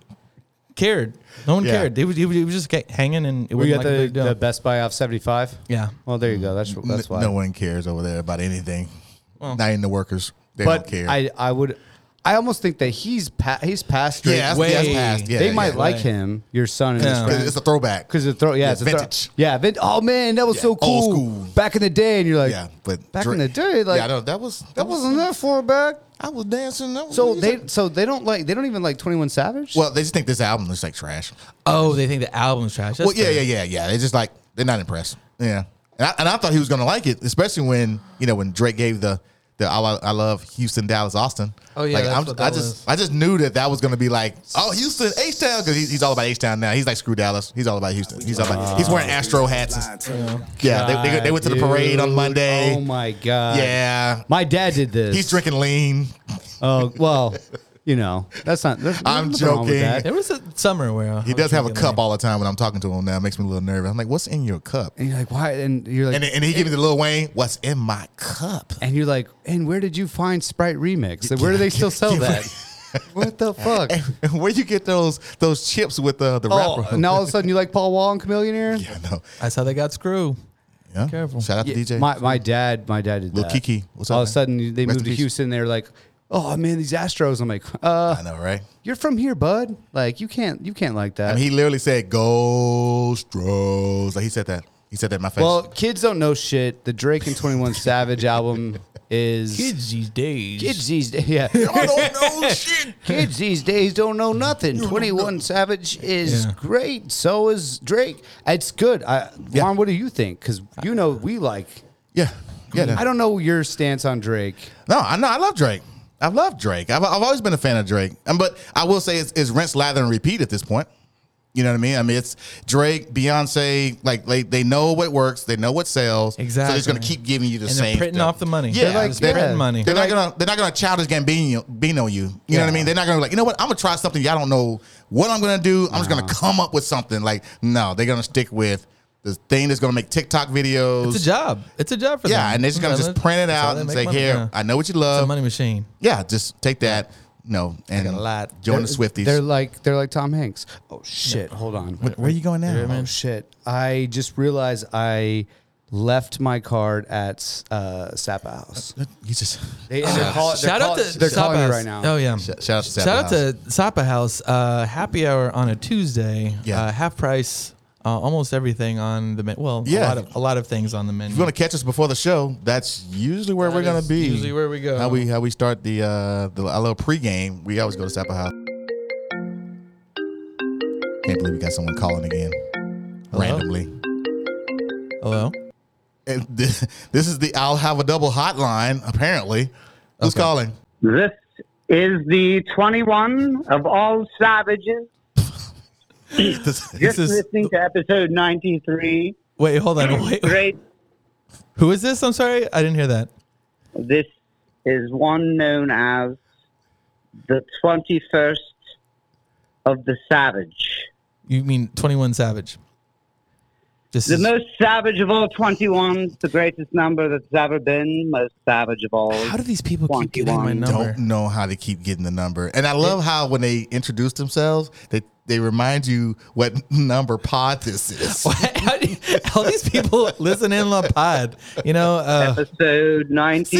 Speaker 4: cared. No one
Speaker 2: Yeah.
Speaker 4: cared. He was, he was- he was just ca- hanging and it
Speaker 6: Were
Speaker 4: was
Speaker 6: you
Speaker 4: like
Speaker 6: at
Speaker 4: a
Speaker 6: the,
Speaker 4: big deal.
Speaker 6: the Best Buy off seventy five?
Speaker 4: yeah.
Speaker 6: Well, there you go. That's that's
Speaker 2: N-
Speaker 6: why.
Speaker 2: No one cares over there about anything. Not even the workers. They
Speaker 6: but
Speaker 2: don't care.
Speaker 6: I, I would, I almost think that he's pa- he's past Drake.
Speaker 2: yeah, that's,
Speaker 4: Way-
Speaker 2: that's past. Yeah,
Speaker 6: they
Speaker 2: yeah.
Speaker 6: might like
Speaker 4: Way.
Speaker 6: him, your son, and his
Speaker 4: Yeah.
Speaker 2: 'Cause
Speaker 6: friends.
Speaker 2: It's a throwback.
Speaker 6: Because the throw, yeah,
Speaker 2: Yeah,
Speaker 6: it's a throw-
Speaker 2: vintage.
Speaker 6: yeah, vin- oh man, that was
Speaker 2: Yeah,
Speaker 6: so
Speaker 2: old
Speaker 6: cool.
Speaker 2: school.
Speaker 6: Back in the day, and you're like,
Speaker 2: yeah, but
Speaker 6: back in
Speaker 2: Drake-
Speaker 6: the day, like
Speaker 2: yeah, I know, that was that,
Speaker 6: that
Speaker 2: was,
Speaker 6: wasn't that far back.
Speaker 2: I was dancing. That was
Speaker 6: So
Speaker 2: what you
Speaker 6: they,
Speaker 2: said.
Speaker 6: so they don't like, they don't even like Twenty One Savage.
Speaker 2: well, they just think this album is like trash.
Speaker 4: Oh, they think the album's trash. That's
Speaker 2: well, yeah,
Speaker 4: fair.
Speaker 2: yeah, yeah, yeah. They're just like they're not impressed. Yeah, and I, and I thought he was gonna like it, especially when you know when Drake gave the the I, lo- I love Houston, Dallas, Austin.
Speaker 4: Oh, yeah,
Speaker 2: like,
Speaker 4: that's
Speaker 2: I'm,
Speaker 4: what
Speaker 2: I
Speaker 4: that
Speaker 2: just
Speaker 4: was.
Speaker 2: I just knew that that was gonna be like oh Houston H Town because he's all about H Town now. He's like screw Dallas. He's all about Houston. He's all about he's
Speaker 4: Ah.
Speaker 2: wearing Astro hats. and- Yeah, they, they, they went to the
Speaker 6: God,
Speaker 2: parade on
Speaker 6: dude.
Speaker 2: Monday.
Speaker 6: Oh my god.
Speaker 2: Yeah,
Speaker 6: My dad did this.
Speaker 2: he's drinking lean.
Speaker 6: Oh well, you know that's not. There's,
Speaker 2: I'm
Speaker 6: there's nothing wrong with
Speaker 2: joking.
Speaker 6: that.
Speaker 4: There was a summer where I
Speaker 2: He
Speaker 4: was
Speaker 2: does have a
Speaker 4: drinking
Speaker 2: cup
Speaker 4: lean.
Speaker 2: all the time when I'm talking to him now. It makes me a little nervous. I'm like, what's in your cup?
Speaker 6: And you're like, why? And you're like,
Speaker 2: And,
Speaker 6: and,
Speaker 2: and he gives me the Lil Wayne, what's in my cup?
Speaker 6: you're like, and where did you find Sprite Remix? And where do they still sell that? what the fuck?
Speaker 2: And where you get those those chips with uh, the the
Speaker 6: Oh,
Speaker 2: wrapper?
Speaker 6: and all of a sudden you like Paul Wall and Chameleonaire?
Speaker 2: yeah, no.
Speaker 4: That's how they got Screw.
Speaker 2: Yeah.
Speaker 4: Careful.
Speaker 2: Shout out to DJ.
Speaker 6: My my dad, my dad did
Speaker 2: Lil
Speaker 6: that.
Speaker 2: Kiki, what's up,
Speaker 6: all
Speaker 2: man?
Speaker 6: of a sudden they
Speaker 2: Rest in
Speaker 6: moved to
Speaker 2: peace.
Speaker 6: Houston. They were like, oh man, these Astros. I'm like, uh,
Speaker 2: I know, right?
Speaker 6: you're from here, bud. Like you can't you can't like that.
Speaker 2: I mean, he literally said "Go Stros." Like he said that. He said that in my face.
Speaker 6: well, kids don't know shit. The Drake and 21 Savage album is
Speaker 4: Kids these days.
Speaker 6: Kids these days, yeah.
Speaker 2: I don't know shit.
Speaker 6: Kids these days don't know nothing. Twenty One Savage is
Speaker 4: Yeah.
Speaker 6: great. So is Drake. It's good. I,
Speaker 2: Yeah.
Speaker 6: Juan, what do you think? Because you know we like.
Speaker 2: Yeah, yeah.
Speaker 6: I don't know your stance on Drake.
Speaker 2: No, I know. I love Drake. I love Drake. I've, I've always been a fan of Drake. Um, but I will say it's, it's rinse, lather, and repeat at this point. You know what I mean? I mean, it's Drake, Beyonce. Like they, they know what works. They know what sells. So they're just gonna
Speaker 4: Exactly.
Speaker 2: keep giving you the
Speaker 4: And they're
Speaker 2: same.
Speaker 4: printing
Speaker 2: stuff.
Speaker 4: off the money.
Speaker 2: Yeah,
Speaker 4: They're like,
Speaker 2: like, they're,
Speaker 4: printing
Speaker 2: yeah.
Speaker 4: money.
Speaker 2: They're, not gonna they're not gonna childish Gambino Bino you. You know what I mean? They're not gonna be like you know what? I'm gonna try something. Y'all don't know what I'm gonna do. I'm just gonna come up with something. Like no, they're gonna stick with the thing that's gonna make TikTok videos.
Speaker 4: It's a job. It's a job for them.
Speaker 2: Yeah, and they're just gonna
Speaker 4: That's
Speaker 2: just
Speaker 4: how they-
Speaker 2: print it
Speaker 4: that's how
Speaker 2: out
Speaker 4: they
Speaker 2: and
Speaker 4: make
Speaker 2: say,
Speaker 4: money.
Speaker 2: "Here,
Speaker 4: Yeah.
Speaker 2: I know what you
Speaker 4: It's a
Speaker 2: love."
Speaker 4: money machine.
Speaker 2: Yeah, just take that. No, and join the Swifties.
Speaker 6: They're like they're like Tom Hanks. Oh shit! Hold on.
Speaker 2: Where are you going now?
Speaker 6: Oh shit! I just realized I left my card at uh, Sapa House.
Speaker 2: You just
Speaker 6: they, and they're call, they're
Speaker 4: Oh, shout
Speaker 6: call,
Speaker 4: out to
Speaker 6: they're
Speaker 4: Sapa
Speaker 6: calling me
Speaker 4: House.
Speaker 6: right now.
Speaker 4: Oh yeah,
Speaker 2: Shout- shout out to Sapa
Speaker 4: Shout out to Sapa House. Uh, happy hour on a Tuesday.
Speaker 2: Yeah.
Speaker 4: uh, half price. Uh, almost everything on the menu. Well,
Speaker 2: Yeah.
Speaker 4: a lot of a lot of things on the menu.
Speaker 2: If you want to catch us before the show, that's usually where
Speaker 4: That
Speaker 2: we're gonna
Speaker 4: is
Speaker 2: be.
Speaker 4: usually where we go.
Speaker 2: How we how we start the uh the our little pregame. We always go to Sapa House. Can't believe we got someone calling again
Speaker 4: Hello?
Speaker 2: randomly.
Speaker 4: Hello.
Speaker 2: And th- this is the I'll have a double hotline. Apparently, who's calling?
Speaker 12: This is the 21 of all savages. Just
Speaker 4: is-
Speaker 12: listening to episode 93.
Speaker 4: Wait, hold on. Wait,
Speaker 12: Great.
Speaker 4: Who is this? I'm sorry, I didn't hear that.
Speaker 12: This is one known as the 21st of the savage.
Speaker 4: You mean 21 Savage? This
Speaker 12: the
Speaker 4: is-
Speaker 12: most savage of all 21s, the greatest number that's ever been, most savage of all. How do
Speaker 4: these people
Speaker 12: keep getting my
Speaker 2: Don't know how to keep getting the number. And I love how when they introduce themselves, they they remind you what number pod this is.
Speaker 4: All these people listen in La Pod. You know, uh,
Speaker 12: episode 93.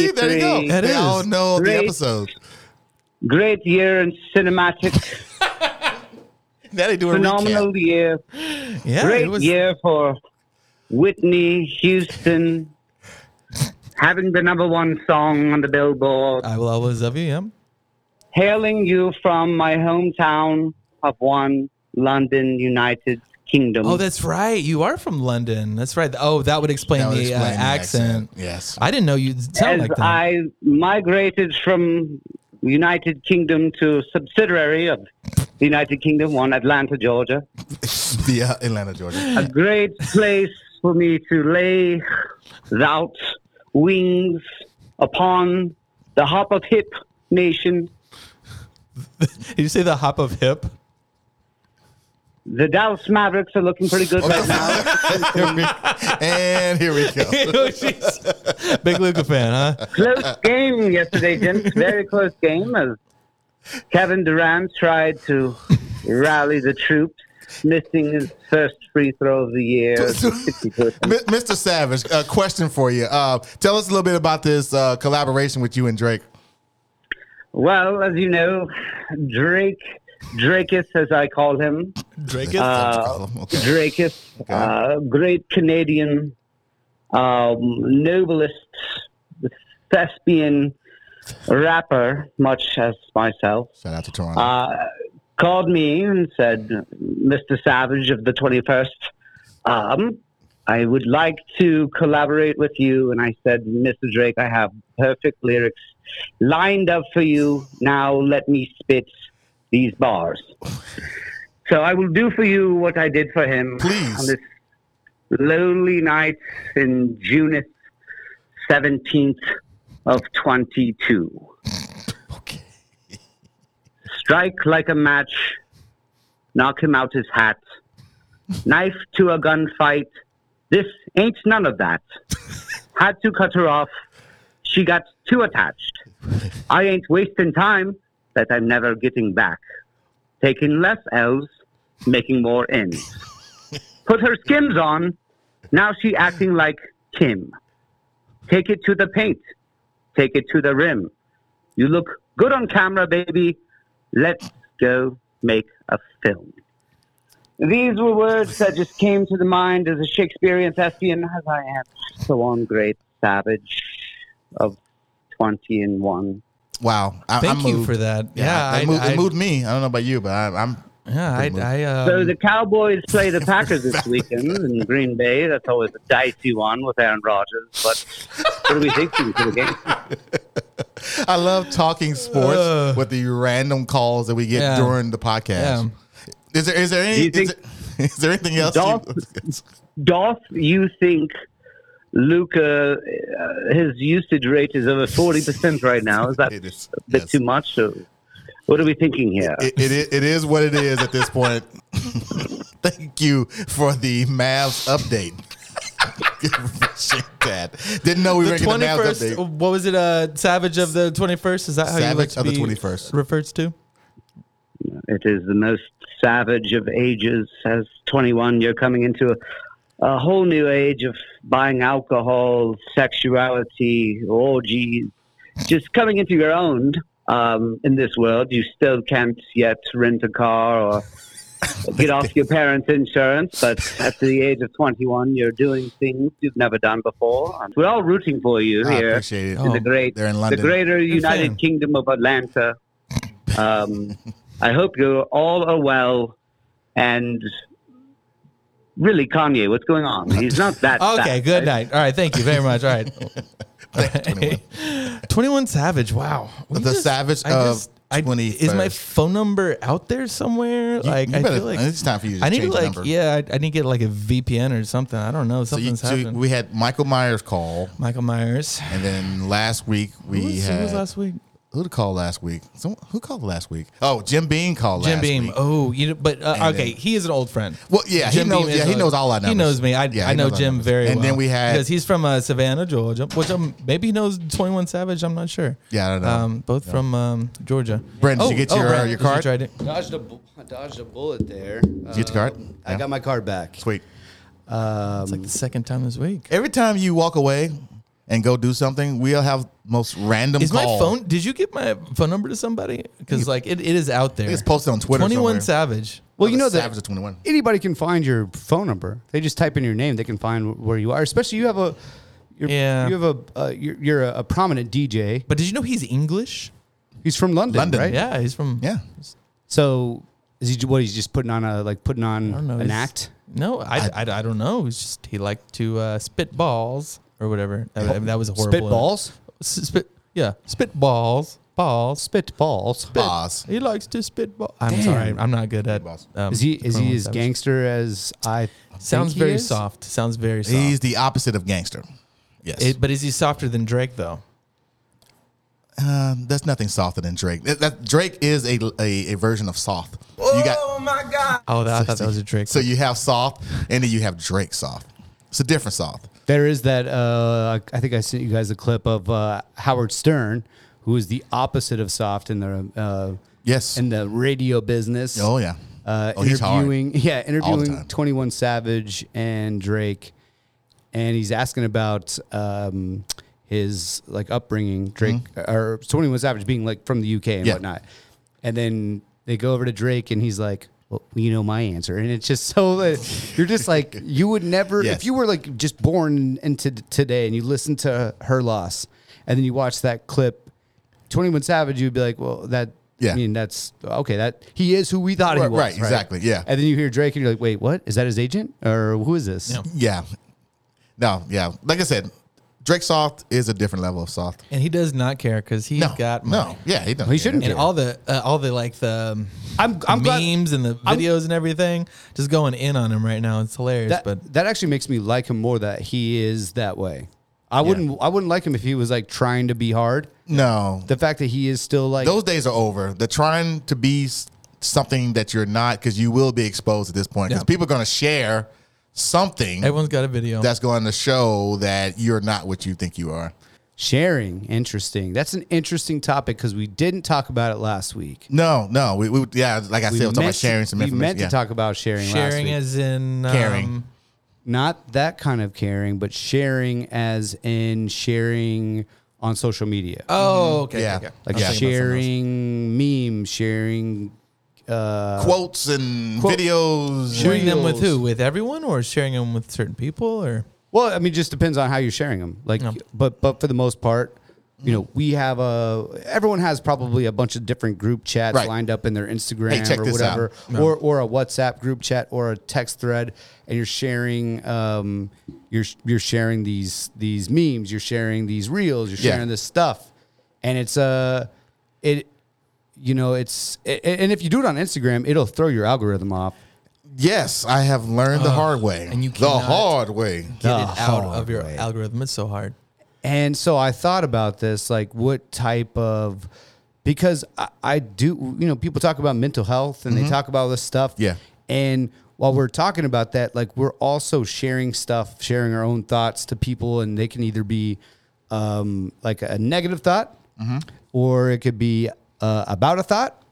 Speaker 2: See, there you go.
Speaker 4: That
Speaker 2: they
Speaker 4: is.
Speaker 2: all know
Speaker 12: Great.
Speaker 2: the episode.
Speaker 12: Great year in cinematic.
Speaker 2: Now they do a
Speaker 12: Phenomenal
Speaker 2: recap.
Speaker 12: year.
Speaker 4: Yeah,
Speaker 12: Great
Speaker 4: it was-
Speaker 12: year for Whitney Houston. Having the number one song on the Billboard.
Speaker 4: I will always love you. Yeah.
Speaker 12: Hailing you from my hometown of one London, United Kingdom.
Speaker 4: Oh, that's right. You are from London. That's right. Oh, that would explain,
Speaker 2: That would
Speaker 4: the, uh,
Speaker 2: explain the
Speaker 4: accent.
Speaker 2: accent. Yes.
Speaker 4: I didn't know you sound
Speaker 12: As
Speaker 4: like that.
Speaker 12: I migrated from United Kingdom to subsidiary of the United Kingdom, one Atlanta, Georgia.
Speaker 2: The uh, Atlanta, Georgia.
Speaker 4: Hmm.
Speaker 12: a great place for me to lay out wings upon the hop of hip nation,
Speaker 4: Did you say the hop of hip?
Speaker 12: the Dallas Mavericks are looking pretty
Speaker 4: Oh,
Speaker 12: good right now.
Speaker 2: and here we go.
Speaker 4: Oh, jeez. Big Luca fan, huh?
Speaker 12: Close game yesterday, gents. Very close game as Kevin Durant tried to rally the troops, missing his first free throw of the year.
Speaker 2: M- Mr. Savage, a question for you. Uh, tell us a little bit about this uh, collaboration with you and Drake.
Speaker 12: Well, as you know, Drake, Drakus, as I call him,
Speaker 4: Drake
Speaker 12: uh, Drakus, uh, great Canadian um, noblest thespian rapper, much as myself,
Speaker 2: Shout out to Toronto.
Speaker 12: uh, called me and said, Mr. Savage of the 21st, um, I would like to collaborate with you. And I said, Mr. Drake, I have perfect lyrics lined up for you. Now let me spit these bars. So I will do for you what I did for him on this lonely night in June 17th of 22. Strike like a match, knock him out his hat, knife to a gunfight. This ain't none of that. Had to cut her off. She got too attached. I ain't wasting time that I'm never getting back. Taking less L's, making more N's. Put her skims on. Now she acting like Kim. Take it to the paint. Take it to the rim. You look good on camera, baby. Let's go make a film. These were words that just came to the mind as a Shakespearean thespian, as I am. So on, great savage of 20 and 1.
Speaker 2: Wow. I,
Speaker 4: Thank
Speaker 2: I'm
Speaker 4: you
Speaker 2: moved.
Speaker 4: for that. Yeah,
Speaker 2: it,
Speaker 4: I-
Speaker 2: moved,
Speaker 4: I-
Speaker 2: it moved me. I don't know about you, but I, I'm.
Speaker 4: Yeah, I, I um,
Speaker 12: So the Cowboys play the Packers this weekend in Green Bay. That's always a dicey one with Aaron Rodgers. But what are we thinking for the game?
Speaker 2: I love talking sports with the random calls that we get
Speaker 4: Yeah.
Speaker 2: during the podcast.
Speaker 4: Yeah.
Speaker 2: Is there is there any is, there- is there anything else? you-
Speaker 12: Dolph- Doth you think Luca, uh, his usage rate is over 40% right now? Is that a bit too much? Or what are we thinking here?
Speaker 2: it, it, is- it is what it is at this point. Thank you for the Mavs update. Shit, that didn't know we were
Speaker 4: the
Speaker 2: getting the Mavs
Speaker 4: 21st.
Speaker 2: update.
Speaker 4: What was it? Uh, Savage of the 21st? Is that how you like
Speaker 2: Savage
Speaker 4: to
Speaker 2: of the
Speaker 4: be
Speaker 2: 21st.
Speaker 4: referred to?
Speaker 12: It is the most savage of ages. As 21, you're coming into a, a whole new age of buying alcohol, sexuality, orgies, just coming into your own um, in this world. You still can't yet rent a car or get off your parents' insurance, but at the age of 21, you're doing things you've never done before. And we're all rooting for you
Speaker 2: I
Speaker 12: here
Speaker 2: appreciate it.
Speaker 12: in the
Speaker 2: Oh,
Speaker 12: great,
Speaker 2: they're in
Speaker 12: the
Speaker 2: London.
Speaker 12: greater
Speaker 2: Good
Speaker 12: United
Speaker 2: fan.
Speaker 12: Kingdom of Atlanta. Um, I hope you all are well and. Really, Kanye, what's going on? He's not that.
Speaker 4: Okay,
Speaker 12: bad,
Speaker 4: good
Speaker 12: right?
Speaker 4: night. All right, thank you very much. All right. 21. Savage. Wow. We
Speaker 2: The Savage
Speaker 4: I
Speaker 2: of
Speaker 4: I- Is my
Speaker 2: 21st.
Speaker 4: phone number out there somewhere? like,
Speaker 2: you
Speaker 4: I
Speaker 2: better-
Speaker 4: feel like
Speaker 2: it's time for you to
Speaker 4: I need
Speaker 2: change
Speaker 4: to
Speaker 2: the
Speaker 4: like,
Speaker 2: number.
Speaker 4: yeah, I, I need to get like a VPN or something. I don't know. Something's
Speaker 2: so you-
Speaker 4: happened.
Speaker 2: we had Michael Myers call.
Speaker 4: Michael Myers.
Speaker 2: And then last week we
Speaker 4: was- who
Speaker 2: had
Speaker 4: was last week?
Speaker 2: Who did call last week? Some, who called last week? Oh, Jim Beam called
Speaker 4: Jim
Speaker 2: last
Speaker 4: Beam.
Speaker 2: week.
Speaker 4: Oh, you know, but uh,
Speaker 2: And
Speaker 4: okay,
Speaker 2: then-
Speaker 4: he is an old friend.
Speaker 2: Well, yeah, he
Speaker 4: Jim
Speaker 2: knows-
Speaker 4: Beam is
Speaker 2: yeah, he
Speaker 4: a-
Speaker 2: knows all our
Speaker 4: He
Speaker 2: numbers.
Speaker 4: knows me. I,
Speaker 2: Yeah,
Speaker 4: I
Speaker 2: he
Speaker 4: know
Speaker 2: knows our
Speaker 4: Jim
Speaker 2: numbers.
Speaker 4: very well.
Speaker 2: And then we had-
Speaker 4: because he's from uh, Savannah, Georgia, which um maybe he knows Twenty One Savage. I'm not sure.
Speaker 2: Yeah, I don't know.
Speaker 4: Um, both
Speaker 2: No.
Speaker 4: from um, Georgia.
Speaker 2: Brent, did you get your, uh,
Speaker 4: Brent,
Speaker 2: your
Speaker 4: did you
Speaker 2: card?
Speaker 4: try to-
Speaker 6: Dodged a, bu- I dodged a bullet there.
Speaker 2: you get your card?
Speaker 6: Um, I
Speaker 2: Yeah.
Speaker 6: got my card back.
Speaker 2: Sweet.
Speaker 6: Um,
Speaker 4: It's like the second time this week.
Speaker 2: Every time you walk away and go do something, we'll have most random
Speaker 4: Is my
Speaker 2: call.
Speaker 4: phone? Did you get my phone number to somebody? Because like it, it is out there.
Speaker 2: it's posted on Twitter
Speaker 4: Twenty One
Speaker 2: somewhere.
Speaker 4: Savage.
Speaker 6: well, you know that
Speaker 2: Savage of 21.
Speaker 6: anybody can find your phone number. They just type in your name. They can find wh- where you are. Especially you have a, you're,
Speaker 4: Yeah.
Speaker 6: you have a, uh, you're, you're a, a prominent DJ.
Speaker 4: But did you know he's English?
Speaker 6: He's from London,
Speaker 2: London.
Speaker 6: right?
Speaker 4: Yeah, he's from.
Speaker 2: Yeah.
Speaker 6: So is he ju- what? He's just putting on a like putting on
Speaker 4: I don't know.
Speaker 6: an
Speaker 4: he's-
Speaker 6: act.
Speaker 4: No, I, I, I don't know. It's just he liked to uh, spit balls or whatever. That- that was a horrible.
Speaker 6: Spit balls.
Speaker 4: S- Spit. Yeah, spit balls. Balls.
Speaker 6: Spit balls.
Speaker 2: Boss.
Speaker 4: He likes to spit balls. I'm
Speaker 6: Damn.
Speaker 4: sorry, I'm not good at.
Speaker 2: balls.
Speaker 4: Um,
Speaker 6: Is he is he
Speaker 4: 21
Speaker 6: as
Speaker 4: Savage.
Speaker 6: gangster as I? think
Speaker 4: Sounds
Speaker 6: he
Speaker 4: very
Speaker 6: is?
Speaker 4: soft. Sounds very soft.
Speaker 2: He's the opposite of gangster. Yes.
Speaker 4: It- but is he softer than Drake though?
Speaker 2: um, that's nothing softer than Drake. That, that- Drake is a, a, a version of soft. You got
Speaker 4: Oh, that, I thought that was a Drake.
Speaker 2: So you have soft, and then you have Drake soft. It's a different soft.
Speaker 6: There is that. Uh, I think I sent you guys a clip of uh, Howard Stern, who is the opposite of soft in the uh,
Speaker 2: Yes.
Speaker 6: in the radio business.
Speaker 2: Oh yeah.
Speaker 6: uh,
Speaker 2: Oh, he's hard.
Speaker 6: interviewing yeah interviewing
Speaker 2: time.
Speaker 6: 21 savage and drake and he's asking about um, his like upbringing drake or 21 savage being like from the uk and
Speaker 2: Mm-hmm. Yeah.
Speaker 6: whatnot and then they go over to drake and he's like well, you know my answer and it's just so that you're just like you would never
Speaker 2: Yes.
Speaker 6: if you were like just born into t- today and you listen to her loss and then you watch that clip 21 savage you'd be like well that
Speaker 2: Yeah.
Speaker 6: I mean that's okay. That he is who we thought he
Speaker 2: Right,
Speaker 6: was.
Speaker 2: right, exactly, yeah.
Speaker 6: And then you hear Drake, and you're like, "Wait, what? Is that his agent, or who is this?"
Speaker 4: Yeah.
Speaker 2: Yeah. No. Yeah. Like I said, Drake soft is a different level of soft.
Speaker 4: and he does not care because he's
Speaker 2: No.
Speaker 4: got money.
Speaker 2: No. Yeah. He doesn't.
Speaker 6: He shouldn't
Speaker 2: care.
Speaker 4: and all the uh, all the like the, um,
Speaker 6: I'm-
Speaker 4: the
Speaker 6: I'm glad-
Speaker 4: memes and the
Speaker 6: I'm-
Speaker 4: videos and everything just going in on him right now. It's hilarious,
Speaker 6: That
Speaker 4: but
Speaker 6: that actually makes me like him more that he is that way. I wouldn't I wouldn't like him if he was like trying to be hard.
Speaker 2: No.
Speaker 6: The fact that he is still like
Speaker 2: Those days are over. They're trying to be s- something that you're not because you will be exposed at this point because
Speaker 4: Yeah.
Speaker 2: people are going to share something
Speaker 4: everyone's got a video.
Speaker 2: that's going to show that you're not what you think you are.
Speaker 6: sharing interesting. That's an interesting topic because we didn't talk about it last week.
Speaker 2: No. No. We, we yeah. Like I said, we're talking about sharing some
Speaker 6: we
Speaker 2: information.
Speaker 6: meant
Speaker 2: yeah.
Speaker 6: to talk about sharing. last
Speaker 4: sharing
Speaker 6: week.
Speaker 4: as in um,
Speaker 2: Caring.
Speaker 6: not that kind of caring, but sharing as in sharing on social media.
Speaker 4: Oh, okay.
Speaker 2: Yeah.
Speaker 4: okay.
Speaker 6: like
Speaker 2: Yeah.
Speaker 6: sharing memes, sharing uh,
Speaker 2: quotes and
Speaker 6: Quote-
Speaker 2: videos.
Speaker 4: Sharing them with
Speaker 6: Reels.
Speaker 4: who? With everyone, or sharing them with certain people, or
Speaker 6: Well, I mean, just depends on how you're sharing them. Like,
Speaker 4: Yeah.
Speaker 6: but but for the most part, you know, we have a everyone has probably a bunch of different group chats
Speaker 2: Right.
Speaker 6: lined up in their Instagram
Speaker 2: Hey, check
Speaker 6: or
Speaker 2: this
Speaker 6: whatever,
Speaker 2: out.
Speaker 6: or or a WhatsApp group chat or a text thread, and you're sharing um you're you're sharing these these memes, you're sharing these reels, you're
Speaker 2: Yeah.
Speaker 6: sharing this stuff, and it's uh it. You know, it's a- a- and if you do it on Instagram, it'll throw your algorithm off.
Speaker 2: Yes, I have learned the hard way.
Speaker 4: and you
Speaker 2: the
Speaker 4: cannot-
Speaker 2: hard way.
Speaker 4: get
Speaker 6: The
Speaker 4: it out
Speaker 6: hard
Speaker 4: of your
Speaker 6: way.
Speaker 4: algorithm? It's so hard.
Speaker 6: And so I thought about this, like what type of, because I, I do, you know, people talk about mental health and they talk about all this stuff.
Speaker 2: Mm-hmm. Yeah.
Speaker 6: And while we're talking about that, like we're also sharing stuff, sharing our own thoughts to people, and they can either be
Speaker 2: Mm-hmm.
Speaker 6: um, like a negative thought, or it could be uh, about a thought,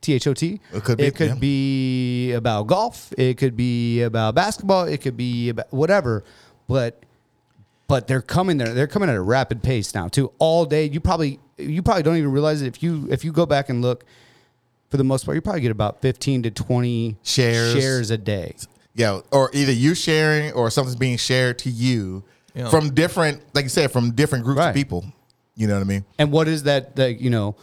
Speaker 6: T H O T.
Speaker 2: It could be,
Speaker 6: It could
Speaker 2: yeah.
Speaker 6: be about golf. It could be about basketball. It could be about whatever. But but they're coming there. They're coming at a rapid pace now too. All day. You probably you probably don't even realize it if you if you go back and look. For the most part, you probably get about fifteen to twenty
Speaker 2: Shares.
Speaker 6: shares a day.
Speaker 2: Yeah, or either you sharing or something's being shared to you
Speaker 6: Yeah.
Speaker 2: from different, like you said, from different groups of people. You know what I mean?
Speaker 6: And what is that? That you know,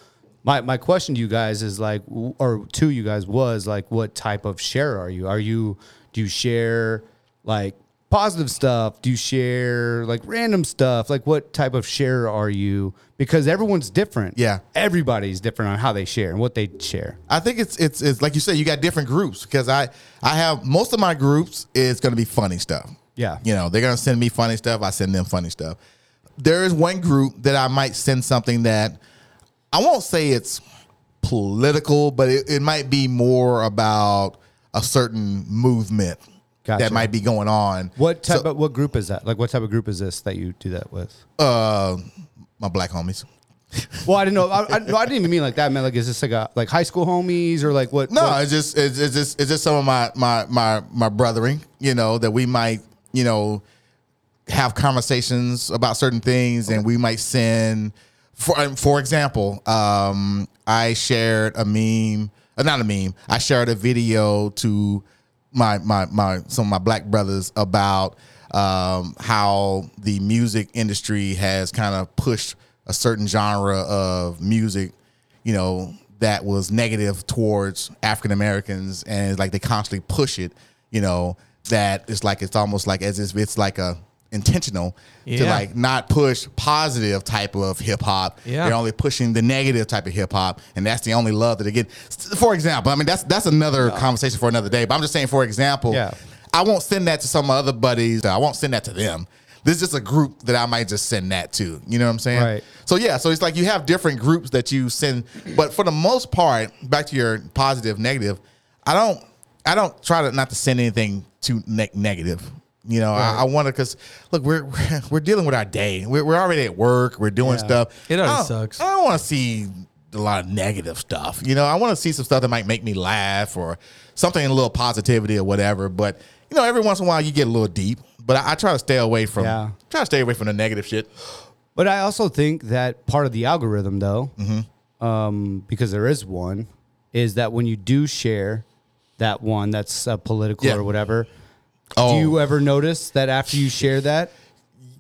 Speaker 6: my my question to you guys is like, w- or to you guys was like, what type of share are you? Are you do you share like positive stuff? Do you share like random stuff? Like what type of share are you? Because everyone's different. Yeah, everybody's different on how they share and what they share.
Speaker 2: I think it's it's it's like you said, you got different groups because I I have most of my groups is going to be funny stuff.
Speaker 6: Yeah.
Speaker 2: you know they're going to send me funny stuff. I send them funny stuff. There is one group that I might send something that I won't say it's political, but it, it might be more about a certain movement
Speaker 6: Gotcha.
Speaker 2: that might be going on.
Speaker 6: What type of what group is that? Like what type of group is this that you do that with?
Speaker 2: Uh, my black homies.
Speaker 6: Well, I didn't know. I, I, no, I didn't even mean like that. I meant like is this like a like high school homies or like what?
Speaker 2: No,
Speaker 6: what-
Speaker 2: it's just it's, it's just it's just some of my my my my brethren, you know, that we might you know have conversations about certain things, and we might send for um, for example, um, I shared a meme, uh, not a meme, I shared a video to my my my some of my black brothers about um, how the music industry has kind of pushed a certain genre of music you know, that was negative towards African Americans and like they constantly push it, you know, that it's like it's almost like as if it's like a intentional to
Speaker 4: Yeah.
Speaker 2: like not push positive type of hip hop.
Speaker 4: Yeah.
Speaker 2: They're only pushing the negative type of hip hop and that's the only love that they get. S- For example, I mean that's that's another conversation for another day, but I'm just saying for example,
Speaker 6: Yeah.
Speaker 2: I won't send that to some of my other buddies. I won't send that to them. This is just a group that I might just send that to. You know what I'm saying?
Speaker 6: Right.
Speaker 2: So yeah, so it's like you have different groups that you send, but for the most part, back to your positive, negative, I don't, I don't try to not to send anything too ne- negative. You know, I, I want to because look, we're we're dealing with our day. We're, we're already at work. We're doing
Speaker 4: Yeah.
Speaker 2: stuff.
Speaker 4: It already
Speaker 2: I don't-
Speaker 4: sucks.
Speaker 2: I don't want to see a lot of negative stuff. You know, I want to see some stuff that might make me laugh or something a little positivity or whatever. But you know, every once in a while you get a little deep. But I, I try to stay away from
Speaker 6: Yeah.
Speaker 2: try to stay away from the negative shit.
Speaker 6: But I also think that part of the algorithm, though,
Speaker 4: Mm-hmm.
Speaker 6: um, because there is one, is that when you do share that one that's uh, political or whatever,
Speaker 4: Oh.
Speaker 6: do you ever notice that after you share that,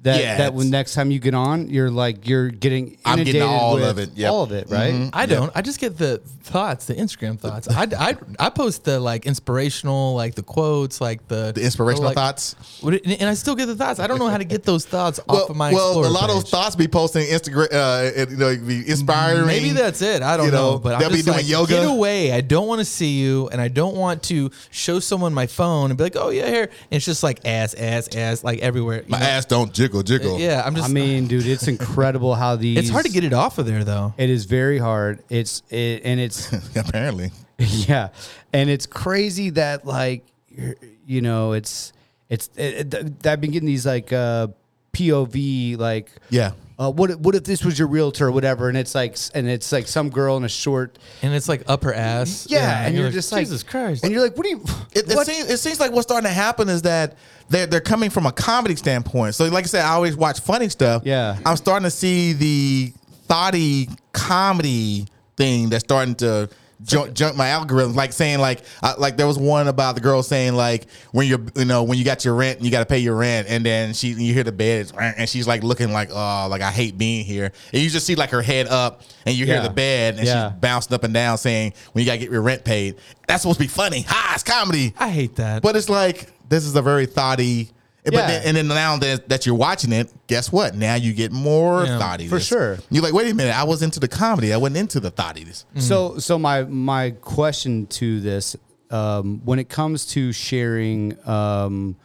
Speaker 6: that,
Speaker 4: Yeah,
Speaker 6: that when
Speaker 4: it's-
Speaker 6: next time you get on, you're like you're getting
Speaker 4: I'm
Speaker 6: inundated
Speaker 4: getting all
Speaker 6: with
Speaker 4: of it, yep. Mm-hmm.
Speaker 6: all of it, right?
Speaker 4: I don't. I just get the thoughts, the Instagram thoughts. I, I, I post the like inspirational, like the quotes, like the the
Speaker 2: inspirational thoughts?
Speaker 4: and I still get the thoughts. I don't know how to get those thoughts off of my.
Speaker 2: well,
Speaker 4: Explorer
Speaker 2: a lot
Speaker 4: page.
Speaker 2: of those thoughts be posting Instagram. Uh, it, you know, it'd be inspiring.
Speaker 4: Maybe that's it. I don't
Speaker 2: you
Speaker 4: know, but
Speaker 2: they'll
Speaker 4: I'm
Speaker 2: be
Speaker 4: just
Speaker 2: doing
Speaker 4: like,
Speaker 2: yoga.
Speaker 4: Get away! I don't want to see you, and I don't want to show someone my phone and be like, "Oh yeah, here." And it's just like ass, ass, ass, like everywhere. My
Speaker 2: ass don't jiggle, jiggle.
Speaker 4: Yeah, I'm just.
Speaker 6: I mean, dude, it's incredible how these.
Speaker 4: it's hard to get it off of there though.
Speaker 6: It is very hard. It's it, and it's
Speaker 2: apparently.
Speaker 6: Yeah, and it's crazy that like you're- you know it's it's it, it, I've been getting these like uh POV like
Speaker 2: yeah.
Speaker 6: Uh, what if- what if this was your realtor or whatever? And it's like s- and it's like some girl in a short
Speaker 4: and it's like upper ass.
Speaker 6: Yeah, and, you're, just like
Speaker 4: Jesus Christ.
Speaker 6: And you're like, what do you?
Speaker 2: It, it, seems, it seems like what's starting to happen is that they're, they're coming from a comedy standpoint. So, like I said, I always watch funny stuff. Yeah. I'm starting to see the thoughty comedy thing that's starting to jump, jump my algorithm. Like saying, like, I, like there was one about the girl saying, like, when you're, you know, when you got your rent and you got to pay your rent, and then she, you hear the bed, it's, "Rrr," and she's like looking like, oh, like I hate being here. And you just see like her head up, and you hear
Speaker 6: Yeah.
Speaker 2: the bed, and
Speaker 6: Yeah.
Speaker 2: she's bouncing up and down saying, when you got to get your rent paid. That's supposed to be funny. Ha, it's comedy.
Speaker 4: I hate that.
Speaker 2: But it's like this is a very thoughty. But
Speaker 6: Yeah.
Speaker 2: then, and then now that, that you're watching it, guess what? Now you get more
Speaker 6: Yeah.
Speaker 2: thoughtiness.
Speaker 6: For sure.
Speaker 2: You're like, wait a minute, I was into the comedy. I wasn't into the thoughtiness. Mm.
Speaker 6: So so my my question to this um, when it comes to sharing um,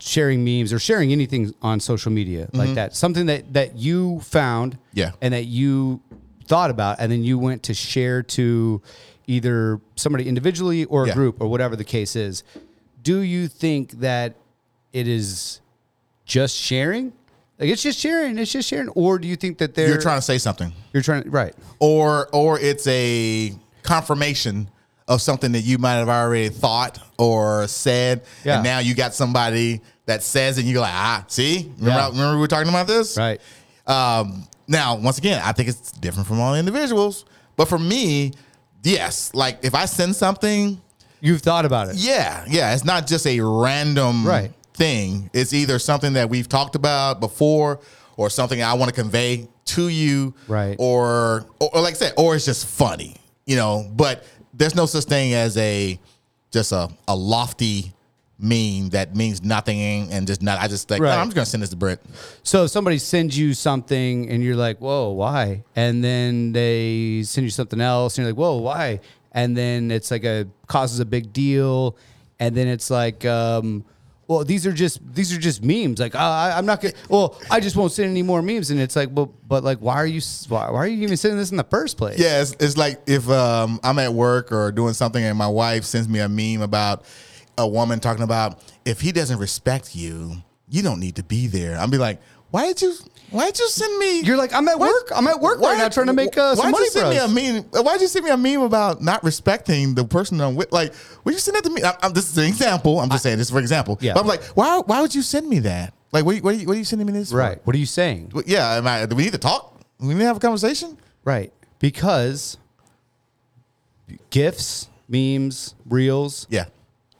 Speaker 6: sharing memes or sharing anything on social media like
Speaker 2: Mhm.
Speaker 6: that something that that you found
Speaker 2: Yeah.
Speaker 6: and that you thought about and then you went to share to either somebody individually or a
Speaker 2: Yeah.
Speaker 6: group or whatever the case is do you think that it is just sharing like it's just sharing it's just sharing or do you think that they're
Speaker 2: You're trying to say something.
Speaker 6: You're trying right.
Speaker 2: Or or it's a confirmation of something that you might have already thought or said,
Speaker 6: Yeah.
Speaker 2: and now you got somebody that says, it and you're like, ah, see, remember,
Speaker 6: Yeah.
Speaker 2: remember we were talking about this,
Speaker 6: right?
Speaker 2: Um, now, once again, I think it's different from all individuals, but for me, yes, like if I send something,
Speaker 6: you've thought about it.
Speaker 2: Yeah, yeah, it's not just a random
Speaker 6: Right.
Speaker 2: thing. It's either something that we've talked about before, or something I want to convey to you,
Speaker 6: Right.
Speaker 2: Or, or, or like I said, or it's just funny, you know. But there's no such thing as a just a, a lofty meme that means nothing and just not. I just like "No,
Speaker 6: Right.
Speaker 2: I'm just gonna send this to Brett.
Speaker 6: So if somebody sends you something and you're like, whoa, why? And then they send you something else and you're like, whoa, why? And then it's like a causes a big deal. And then it's like, um, well, these are just these are just memes. Like, uh, I, I'm not gonna. Well, I just won't send any more memes. And it's like, well, but like, why are you s- why, why are you even sending this in the first place?
Speaker 2: Yeah, it's, it's like if um, I'm at work or doing something and my wife sends me a meme about a woman talking about if he doesn't respect you, you don't need to be there. I'll be like, why did you? Why did you send me?
Speaker 6: You're like, I'm at work. I'm at work right now trying to make uh, some
Speaker 2: why'd
Speaker 6: money
Speaker 2: you send
Speaker 6: for
Speaker 2: me
Speaker 6: us.
Speaker 2: a meme? Why'd you send me a meme about not respecting the person I'm with? Like, would you send that to me? I'm, I'm- this is an example. I'm just saying this is for example.
Speaker 6: Yeah.
Speaker 2: But I'm like, why? Why would you send me that? Like, what? are you- What are you, what are you sending me this? for?
Speaker 6: Right. What are you saying?
Speaker 2: Well, Yeah. Am I, do we need to talk? We need to have a conversation.
Speaker 6: Right. Because gifts, memes, reels.
Speaker 2: Yeah.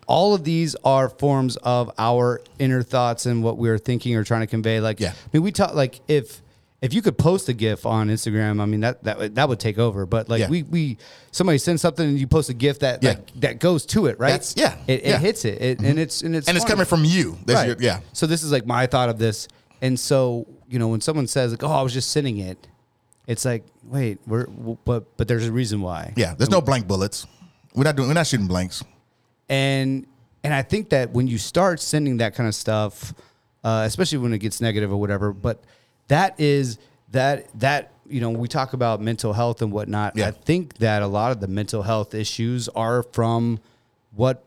Speaker 6: All of these are forms of our inner thoughts and what we're thinking or trying to convey. Like,
Speaker 2: Yeah.
Speaker 6: I mean, we talk like if if you could post a GIF on Instagram, I mean that that would- that would take over. But like
Speaker 2: Yeah.
Speaker 6: we we somebody sends something and you post a GIF that
Speaker 2: Yeah.
Speaker 6: like, that goes to it, right?
Speaker 2: That's- yeah.
Speaker 6: It, it
Speaker 2: Yeah. Mm-hmm.
Speaker 6: hits it, it and it's and it's
Speaker 2: And it's
Speaker 6: funny.
Speaker 2: coming from you. That's
Speaker 6: Right.
Speaker 2: your- yeah.
Speaker 6: So this is like my thought of this. And so, you know, when someone says like, "Oh, I was just sending it," it's like, "Wait, we're w- but but there's a reason why."
Speaker 2: Yeah, there's no blank bullets. We're not doing. We're not shooting blanks.
Speaker 6: And and I think that when you start sending that kind of stuff, uh, especially when it gets negative or whatever, but that is that that you know we talk about mental health and whatnot.
Speaker 2: Yeah.
Speaker 6: I think that a lot of the mental health issues are from what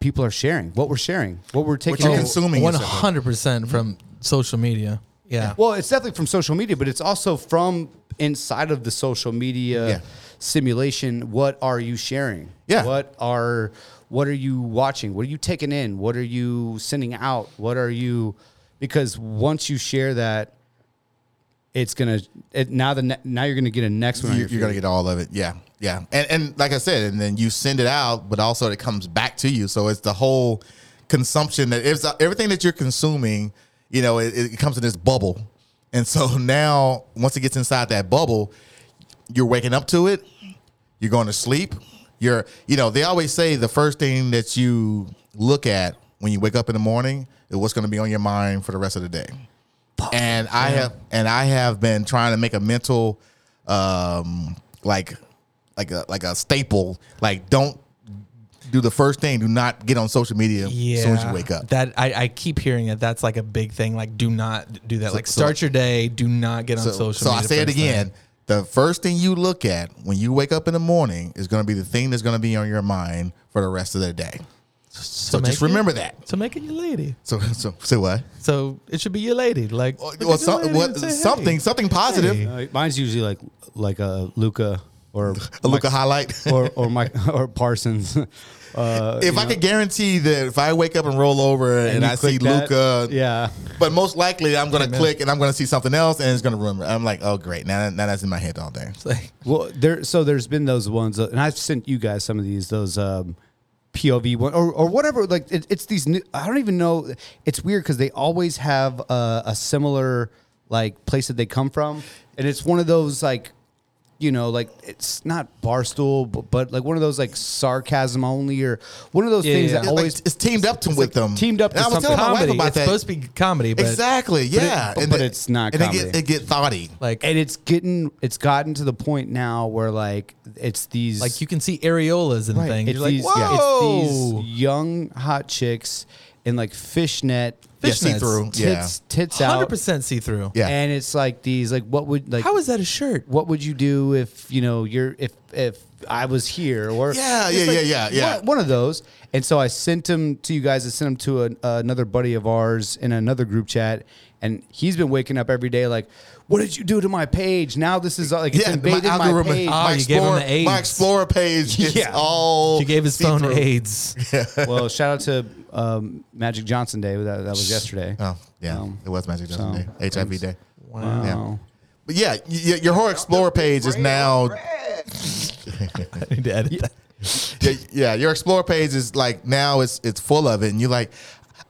Speaker 6: people are sharing, what we're sharing, what we're taking,
Speaker 2: you're
Speaker 6: in.
Speaker 2: consuming. Assuming
Speaker 4: Oh, one
Speaker 2: it's okay.
Speaker 4: hundred percent from social media. Yeah.
Speaker 6: Well, it's definitely from social media, but it's also from inside of the social media
Speaker 2: Yeah.
Speaker 6: simulation. What are you sharing?
Speaker 2: Yeah.
Speaker 6: What are what are you watching? What are you taking in? What are you sending out? What are you because once you share that it's gonna it, now the ne- now you're gonna get a next one. on
Speaker 2: You,
Speaker 6: your
Speaker 2: you're gonna
Speaker 6: feed.
Speaker 2: get all of it. Yeah, yeah. And and like I said, and then you send it out, but also it comes back to you. So it's the whole consumption that it's uh, everything that you're consuming. You know, it, it comes in this bubble, and so now once it gets inside that bubble, you're waking up to it. You're going to sleep. You're you know they always say the first thing that you look at when you wake up in the morning is what's going to be on your mind for the rest of the day. and I have and I have been trying to make a mental um like like a like a staple like don't do the first thing do not get on social media as soon as you wake up
Speaker 4: That I, I keep hearing that that's like a big thing. Like, do not do that.
Speaker 2: So-
Speaker 4: like,
Speaker 2: so-
Speaker 4: start your day. Do not get on
Speaker 2: so,
Speaker 4: social.
Speaker 2: so I
Speaker 4: media
Speaker 2: say it
Speaker 4: first thing.
Speaker 2: again the first thing you look at when you wake up in the morning is going to be the thing that's going to be on your mind for the rest of the day so,
Speaker 4: make
Speaker 2: just remember
Speaker 4: it-
Speaker 2: that
Speaker 4: So make it your lady.
Speaker 2: so so say what
Speaker 4: So it should be your lady. Like, look at
Speaker 2: well,
Speaker 4: your
Speaker 2: some,
Speaker 4: lady
Speaker 2: what
Speaker 4: and say,
Speaker 2: something
Speaker 4: hey.
Speaker 2: something positive
Speaker 4: Hey.
Speaker 6: Uh, mine's usually like like a Luca or
Speaker 2: a Luca highlight
Speaker 6: or or Mike or Parsons. Uh,
Speaker 2: if
Speaker 6: you
Speaker 2: I
Speaker 6: know,
Speaker 2: could guarantee that if I wake up and roll over and,
Speaker 6: you
Speaker 2: I see
Speaker 6: click that,
Speaker 2: Luca,
Speaker 6: yeah,
Speaker 2: but most likely I'm gonna click and I'm gonna see something else and it's gonna ruin it. I'm like, oh great, now, now that's in my head all day.
Speaker 4: Like,
Speaker 6: Well, there. So there's been those ones, uh, and I've sent you guys some of these. Those um, POV one or, or whatever. Like it, it's these new. I don't even know. It's weird because they always have a, a similar like place that they come from, and it's one of those like. You know, like it's not barstool, but, but like one of those like sarcasm only, or one of those
Speaker 4: Yeah,
Speaker 6: things that
Speaker 4: yeah.
Speaker 2: It's, like-
Speaker 6: always
Speaker 2: it's teamed up to with them,
Speaker 6: teamed up
Speaker 2: And
Speaker 6: to
Speaker 2: I was
Speaker 6: something.
Speaker 2: telling my wife
Speaker 4: comedy.
Speaker 2: about
Speaker 4: it's
Speaker 2: that.
Speaker 4: supposed to be comedy, but
Speaker 2: exactly,
Speaker 6: it-
Speaker 2: yeah,
Speaker 6: but-
Speaker 2: And
Speaker 6: but
Speaker 2: the-
Speaker 6: it's not
Speaker 2: And it
Speaker 6: comedy.
Speaker 2: get, it get thoughty.
Speaker 4: like,
Speaker 6: and it's getting it's gotten to the point now where like it's these
Speaker 4: like you can see areolas and things.
Speaker 6: It's
Speaker 4: You're like,
Speaker 6: these,
Speaker 4: whoa.
Speaker 6: it's these young hot chicks in like fishnet,
Speaker 2: Yeah,
Speaker 4: Fishnets,
Speaker 2: see through.
Speaker 6: tits,
Speaker 2: Yeah,
Speaker 6: tits
Speaker 4: Hundred
Speaker 6: out,
Speaker 4: percent see through.
Speaker 2: yeah.
Speaker 6: and it's like these like what would like
Speaker 4: How is that a shirt?
Speaker 6: what would you do if you know you're if if I was here or
Speaker 2: Yeah,
Speaker 6: It's
Speaker 2: yeah, yeah, yeah, yeah.
Speaker 6: one, one of those. And so I sent them to you guys. I sent them to an, another buddy of ours in another group chat, And he's been waking up every day like, "What did you do to my page? Now this is like it's
Speaker 2: Yeah, my
Speaker 6: invaded my,
Speaker 2: algorithm-
Speaker 6: page."
Speaker 2: my Oh, you gave him the Explorer- my AIDS. Explorer page is all
Speaker 6: She
Speaker 4: gave his phone see-through. AIDS.
Speaker 6: well, shout out to um, Magic Johnson Day. That, that was yesterday.
Speaker 2: Oh
Speaker 6: Um,
Speaker 2: yeah, it was Magic Johnson Day, HIV Day.
Speaker 6: Wow.
Speaker 2: Yeah. But yeah, y- y- your whole Explorer page is now.
Speaker 4: I need to edit that.
Speaker 2: yeah, yeah, your Explore page is like now it's it's full of it, and you're like,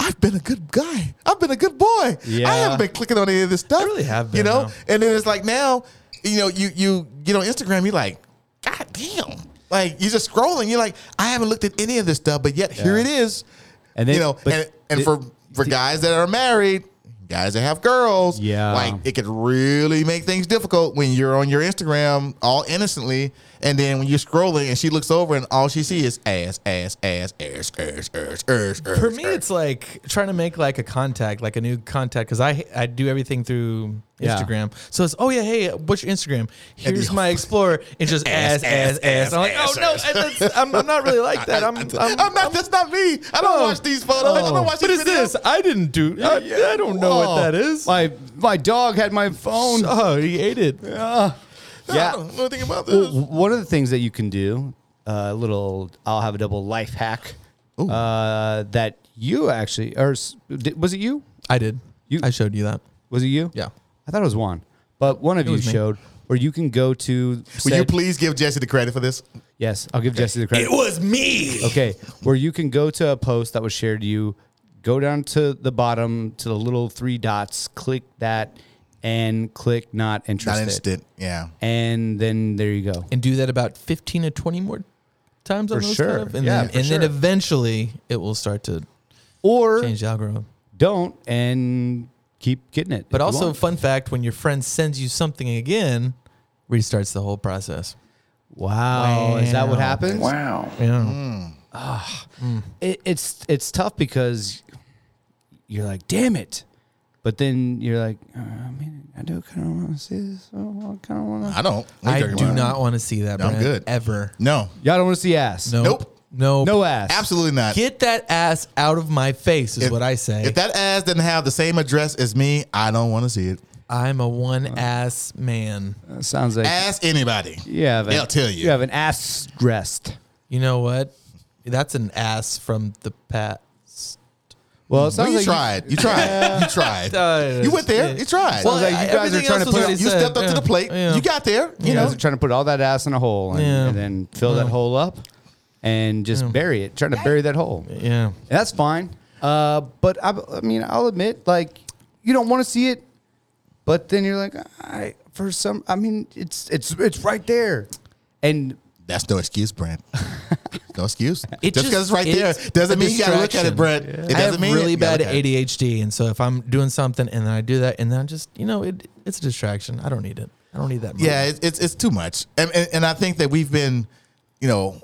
Speaker 2: I've been a good guy, I've been a good boy, I
Speaker 4: Yeah.
Speaker 2: haven't been clicking on any of this stuff. I really
Speaker 4: have
Speaker 2: you
Speaker 4: been,
Speaker 2: know.
Speaker 4: though.
Speaker 2: And then it's like now, you know, you you get on Instagram, you're like, God damn, like you're just scrolling, you're like, I haven't looked at any of this stuff, but yet here
Speaker 6: Yeah.
Speaker 2: it is,
Speaker 6: And then-
Speaker 2: you know,
Speaker 6: but
Speaker 2: and, and
Speaker 6: it-
Speaker 2: for for guys that are married. Guys that have girls,
Speaker 6: Yeah.
Speaker 2: like it could really make things difficult when you're on your Instagram all innocently, and then when you're scrolling and she looks over and all she sees is ass, ass, ass, ass, ass, ass, ass, ass.
Speaker 4: For me, it's like trying to make like a contact, like a new contact, because I I do everything through
Speaker 6: Yeah.
Speaker 4: Instagram. So it's oh yeah, hey, what's your Instagram? Here's my Explorer, and just ass, ass, ass. I'm like, oh no, I- that's, I'm, I'm not really like that. I'm, I'm,
Speaker 2: I'm not. That's not me. I don't watch these photos. I
Speaker 4: oh,
Speaker 2: don't watch
Speaker 4: what
Speaker 2: these
Speaker 4: is
Speaker 2: videos.
Speaker 4: this? I didn't do. I, I don't know what that is.
Speaker 6: My my dog had my phone.
Speaker 4: Oh, he ate it.
Speaker 6: Yeah.
Speaker 2: I
Speaker 6: yeah.
Speaker 2: don't know anything about
Speaker 6: Well,
Speaker 2: this.
Speaker 6: one of the things that you can do, uh, a little, I'll have a double life hack uh, that you actually, or s- di- was it you?
Speaker 4: I did.
Speaker 6: You,
Speaker 4: I showed you that.
Speaker 6: Was it you?
Speaker 4: Yeah.
Speaker 6: I thought it was Juan, but one of you
Speaker 4: was me.
Speaker 6: showed where you can go to.
Speaker 2: Will you
Speaker 6: said-
Speaker 2: please give Jesse the credit for this?
Speaker 6: Yes, I'll give Jesse the credit.
Speaker 4: me.
Speaker 6: Okay, where you can go to a post that was shared to you, go down to the bottom to the little three dots, click that, and click not interested.
Speaker 2: Not interested. Yeah.
Speaker 6: And then there you go.
Speaker 4: And do that about 15 to 20 more times on
Speaker 6: For
Speaker 4: those
Speaker 6: sure.
Speaker 4: kind of, and
Speaker 6: Yeah,
Speaker 4: then,
Speaker 6: for
Speaker 4: and then
Speaker 6: sure.
Speaker 4: eventually it will start to
Speaker 6: Or
Speaker 4: change the algorithm.
Speaker 6: don't and keep getting it. if
Speaker 4: But
Speaker 6: you
Speaker 4: also,
Speaker 6: want.
Speaker 4: fun fact: when your friend sends you something again, restarts the whole process.
Speaker 6: wow, is that what
Speaker 4: Wow.
Speaker 6: happens?
Speaker 1: Wow.
Speaker 4: Yeah.
Speaker 6: It, it's it's tough because you're like, damn it, but then you're like, uh, I mean, I do kind of want to see this. I kind of want to.
Speaker 2: I don't. What are
Speaker 4: I
Speaker 2: you
Speaker 4: do
Speaker 2: talking about?
Speaker 4: not want to see that.
Speaker 2: No, I'm
Speaker 4: Brad,
Speaker 2: good.
Speaker 4: Ever.
Speaker 2: No.
Speaker 6: Y'all don't want to see ass.
Speaker 4: Nope.
Speaker 2: Nope.
Speaker 4: Nope.
Speaker 6: No ass.
Speaker 2: Absolutely not.
Speaker 4: Get that ass out of my face is
Speaker 2: If-
Speaker 4: what I say.
Speaker 2: If that ass didn't have the same address as me, I don't want to see it.
Speaker 4: I'm a one ass man.
Speaker 6: That sounds like
Speaker 2: Ask anybody.
Speaker 6: you have. an-
Speaker 2: They'll tell you.
Speaker 6: You have an ass dressed.
Speaker 4: You know what? That's an ass from the past.
Speaker 6: Well, it
Speaker 2: Well,
Speaker 6: sounds
Speaker 2: you
Speaker 6: like
Speaker 2: tried. You tried. You tried.
Speaker 4: Uh,
Speaker 2: You went there.
Speaker 4: yeah.
Speaker 2: You tried.
Speaker 4: Well,
Speaker 6: Sounds like you
Speaker 4: I-
Speaker 6: guys are
Speaker 4: everything
Speaker 6: trying
Speaker 4: else
Speaker 6: to
Speaker 4: was
Speaker 6: put-
Speaker 4: already
Speaker 2: you
Speaker 4: said.
Speaker 2: stepped up to
Speaker 4: Yeah.
Speaker 2: the plate.
Speaker 4: Yeah.
Speaker 2: You got there. You
Speaker 6: You
Speaker 2: know.
Speaker 6: guys are trying to put all that ass in a hole and,
Speaker 4: Yeah.
Speaker 6: and then fill that hole up and just bury it. Trying to bury that hole.
Speaker 4: Yeah.
Speaker 6: And that's fine. Uh, but I, I mean, I'll admit, like, you don't want to see it, but then you're like, I for some. I mean, it's it's it's right there, and
Speaker 2: That's no excuse, Brent. no excuse.
Speaker 4: It
Speaker 2: just
Speaker 4: just-
Speaker 2: because it's right there
Speaker 4: it's
Speaker 2: doesn't mean you got to look at
Speaker 4: distraction.
Speaker 2: it, Brent. It doesn't
Speaker 4: I have
Speaker 2: mean
Speaker 4: really
Speaker 2: you gotta look at
Speaker 4: bad
Speaker 2: it.
Speaker 4: ADHD, and so if I'm doing something and then I do that, and then I just you know it it's a distraction. I don't need it. I don't need that. Moment.
Speaker 2: Yeah, it's it's, it's too much, and, and and I think that we've been, you know,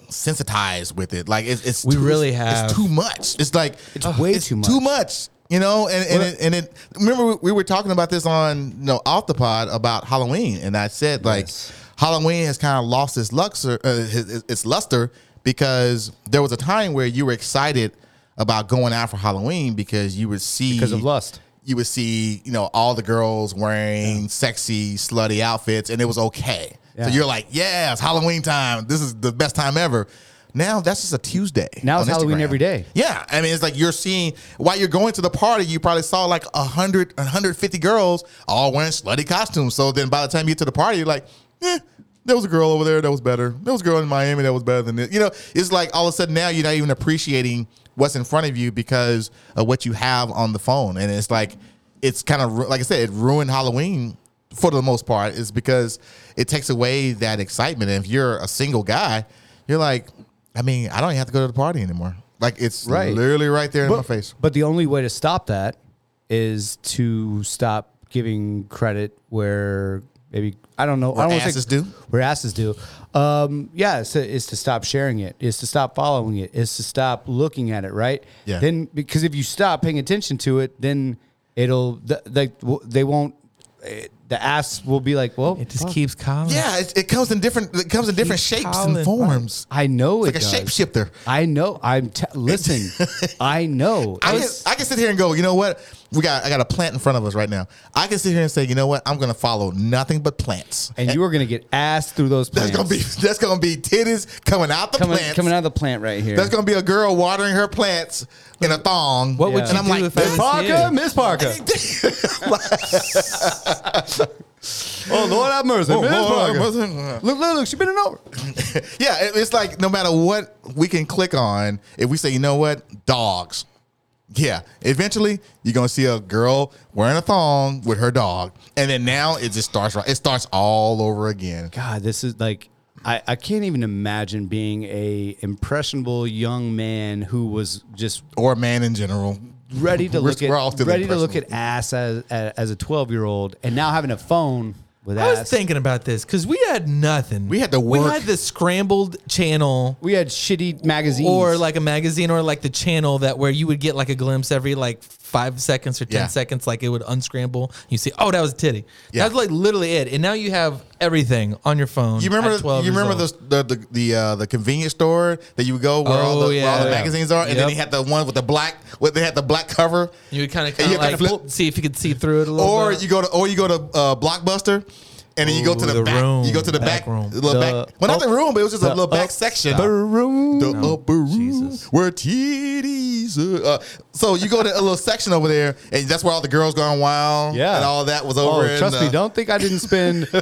Speaker 2: oversensitized with it. Like it's, it's
Speaker 4: We
Speaker 2: too-
Speaker 4: really have.
Speaker 2: It's too much. It's like
Speaker 6: It's way too much.
Speaker 2: Too much. You know, and and
Speaker 6: Well,
Speaker 2: it, and it. Remember, we- we were talking about this on you know off the pod about Halloween, and I said like
Speaker 6: Yes.
Speaker 2: Halloween has kind of lost its luster, uh, his- his- its luster because there was a time where you were excited about going out for Halloween because you would see
Speaker 6: Because of lust.
Speaker 2: you would see, you know, all the girls wearing sexy, slutty outfits, and it was okay.
Speaker 6: Yeah.
Speaker 2: So you're like, yeah, it's Halloween time. This is the best time ever. Now that's just a Tuesday.
Speaker 6: Now
Speaker 2: on
Speaker 6: it's Halloween
Speaker 2: Instagram.
Speaker 6: every day.
Speaker 2: Yeah, I mean, it's like you're seeing while you're going to the party, you probably saw like 100, 150 girls all wearing slutty costumes. So then by the time you get to the party, you're like, eh, there was a girl over there that was better. There was a girl in Miami that was better than this. You know, it's like all of a sudden now you're not even appreciating what's in front of you because of what you have on the phone. And it's like, it's kind of like I said, it ruined Halloween for the most part, is because it takes away that excitement. And if you're a single guy, you're like, I mean, I don't even have to go to the party anymore. Like it's
Speaker 6: Right.
Speaker 2: literally right there in
Speaker 6: but,
Speaker 2: my face.
Speaker 6: But the only way to stop that is to stop giving credit where maybe I don't know. I
Speaker 2: Where
Speaker 6: don't wanna say-
Speaker 2: asses do?
Speaker 6: Where asses do. Um, yeah, is to, is to stop sharing it. Is to stop following it. Is to stop looking at it. Right.
Speaker 2: Yeah.
Speaker 6: Then because if you stop paying attention to it, then it'll th- like w- they won't. eh, the ass will be like, well,
Speaker 4: it just
Speaker 6: fuck.
Speaker 4: keeps calling.
Speaker 2: Yeah, it, it comes in different. It comes in different
Speaker 4: Keep
Speaker 2: shapes
Speaker 4: calling.
Speaker 2: and forms.
Speaker 6: I know
Speaker 2: It's like
Speaker 6: it
Speaker 2: a
Speaker 6: does.
Speaker 2: shapeshifter.
Speaker 6: I know. I'm t- listen. I know.
Speaker 2: I can,
Speaker 6: It's-
Speaker 2: I can sit here and go, you know what? we got I got a plant in front of us right now. I can sit here and say, you know what? I'm gonna follow nothing but plants.
Speaker 6: And you are gonna get ass through those plants.
Speaker 2: That's gonna be that's gonna be titties coming out the
Speaker 6: coming,
Speaker 2: plants.
Speaker 6: coming out of the plant right here.
Speaker 2: That's gonna be a girl watering her plants in a thong.
Speaker 6: What would you
Speaker 2: and I'm
Speaker 6: do
Speaker 2: like,
Speaker 6: if I
Speaker 2: "Miss
Speaker 6: was
Speaker 2: Parker,
Speaker 6: you?"
Speaker 2: Miss Parker. oh Lord have mercy,
Speaker 6: Miss Parker.
Speaker 2: Look, look, look, she been over. yeah, it- it's like no matter what we can click on, if we say, you know what, dogs. Yeah, eventually you're gonna see a girl wearing a thong with her dog, and then now it just starts. right- It starts all over again.
Speaker 6: God, this is like I, I can't even imagine being a impressionable young man who was just
Speaker 2: or a man in general
Speaker 6: ready to
Speaker 2: We're-
Speaker 6: look at
Speaker 2: we're all still
Speaker 6: ready to look at ass as as, as a twelve year old, and now having a phone with
Speaker 4: I
Speaker 6: ass.
Speaker 4: was thinking about this because we had nothing. We
Speaker 2: had the
Speaker 4: We
Speaker 6: work.
Speaker 4: had the scrambled channel.
Speaker 6: We had shitty magazines,
Speaker 4: or like a magazine, or like the channel that where you would get like a glimpse every like five seconds or ten
Speaker 2: Yeah.
Speaker 4: seconds, like it would unscramble. You see, oh, that was a titty. That's like literally it. And now you have everything on your phone.
Speaker 2: You remember?
Speaker 4: at 12
Speaker 2: You
Speaker 4: years
Speaker 2: remember
Speaker 4: old.
Speaker 2: the the the the, uh, the convenience store that you would go where all
Speaker 4: Oh,
Speaker 2: the, where all
Speaker 4: yeah.
Speaker 2: the magazines are, and then
Speaker 4: Yep.
Speaker 2: they had the one with the black, where they had the black cover.
Speaker 4: You would kind of
Speaker 2: And you
Speaker 4: like
Speaker 2: gotta flip-
Speaker 4: flip, see if you could see through it a little.
Speaker 2: Or
Speaker 4: bit.
Speaker 2: you go to or you go to uh, Blockbuster, and then you go to
Speaker 4: Ooh,
Speaker 2: the,
Speaker 4: the
Speaker 2: back.
Speaker 4: room.
Speaker 2: You go to the back,
Speaker 4: Back room.
Speaker 2: little
Speaker 4: The
Speaker 2: back. Well, not the
Speaker 4: up-
Speaker 2: room, but it was just a
Speaker 4: the
Speaker 2: little back
Speaker 4: up-
Speaker 2: section.
Speaker 4: upper
Speaker 2: room, the upper room, where titties. are- Uh, so you go to a little section over there, and that's where all the girls gone wild.
Speaker 6: Yeah.
Speaker 2: and all that was over.
Speaker 6: Oh,
Speaker 2: in
Speaker 6: trust
Speaker 2: the-
Speaker 6: me, don't think I didn't spend uh,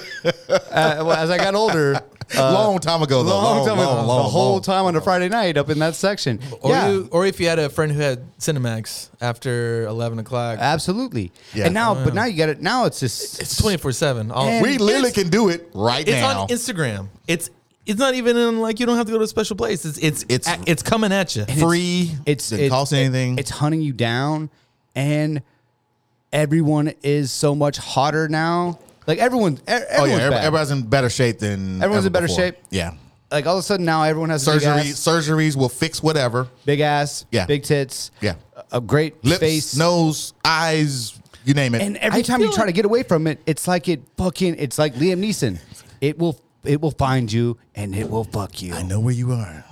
Speaker 6: well, as I got older. uh,
Speaker 2: Long time ago, though.
Speaker 6: long,
Speaker 2: Long,
Speaker 6: time ago,
Speaker 2: long,
Speaker 6: the
Speaker 2: long,
Speaker 6: whole
Speaker 2: long,
Speaker 6: time on a Friday night up in that section.
Speaker 4: Or,
Speaker 6: yeah,
Speaker 4: you, or if you had a friend who had Cinemax after eleven o'clock,
Speaker 6: absolutely. And now, but now you got it. Now it's just
Speaker 4: it's twenty four seven.
Speaker 2: we literally can do it right
Speaker 4: it's
Speaker 2: now.
Speaker 4: on Instagram. It's it's not even in like you don't have to go to a special place. It's it's it's,
Speaker 2: It's-
Speaker 4: it's coming at you.
Speaker 6: And it's- It's
Speaker 2: Didn't cost anything.
Speaker 6: It's hunting you down, and everyone is so much hotter now. Like everyone, e- everyone's
Speaker 2: oh yeah, every-
Speaker 6: bad.
Speaker 2: everybody's in better shape than
Speaker 6: Everyone's
Speaker 2: ever
Speaker 6: in better
Speaker 2: before.
Speaker 6: shape.
Speaker 2: Yeah,
Speaker 6: like all of a sudden now everyone has surgery,
Speaker 2: surgery
Speaker 6: big
Speaker 2: surgeries
Speaker 6: ass,
Speaker 2: will fix whatever.
Speaker 6: big, ass,
Speaker 2: Yeah.
Speaker 6: big tits,
Speaker 2: Yeah,
Speaker 6: a great
Speaker 2: lips,
Speaker 6: face,
Speaker 2: nose, eyes, you name it.
Speaker 6: And every time you try to get away from it, it's like it fucking. It's like Liam Neeson. It will. It will find you and it will fuck you.
Speaker 2: I know where you are.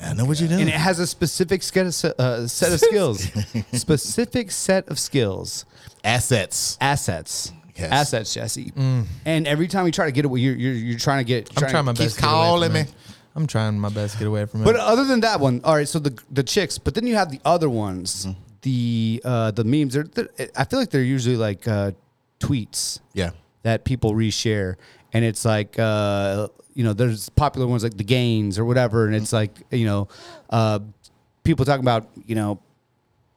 Speaker 2: I know what you're doing.
Speaker 6: And it has a specific set of, uh, set of skills. specific set of skills.
Speaker 2: Assets.
Speaker 6: Assets.
Speaker 2: Yes.
Speaker 6: Assets, Jesse. And every time you try to get away, you're, you're, you're trying to get.
Speaker 4: Mm. I'm trying my
Speaker 6: to-
Speaker 4: best. to get away from it. I'm trying my best to get away from it.
Speaker 6: But uh, other than that one, all right. So the the chicks, but then you have the other ones,
Speaker 4: Mm-hmm.
Speaker 6: the uh, the memes. They're, they're, I feel like they're usually like uh, tweets.
Speaker 2: Yeah.
Speaker 6: That people reshare, and it's like uh, you know, there's popular ones like the gains or whatever, and it's like you know, uh, people talking about you know.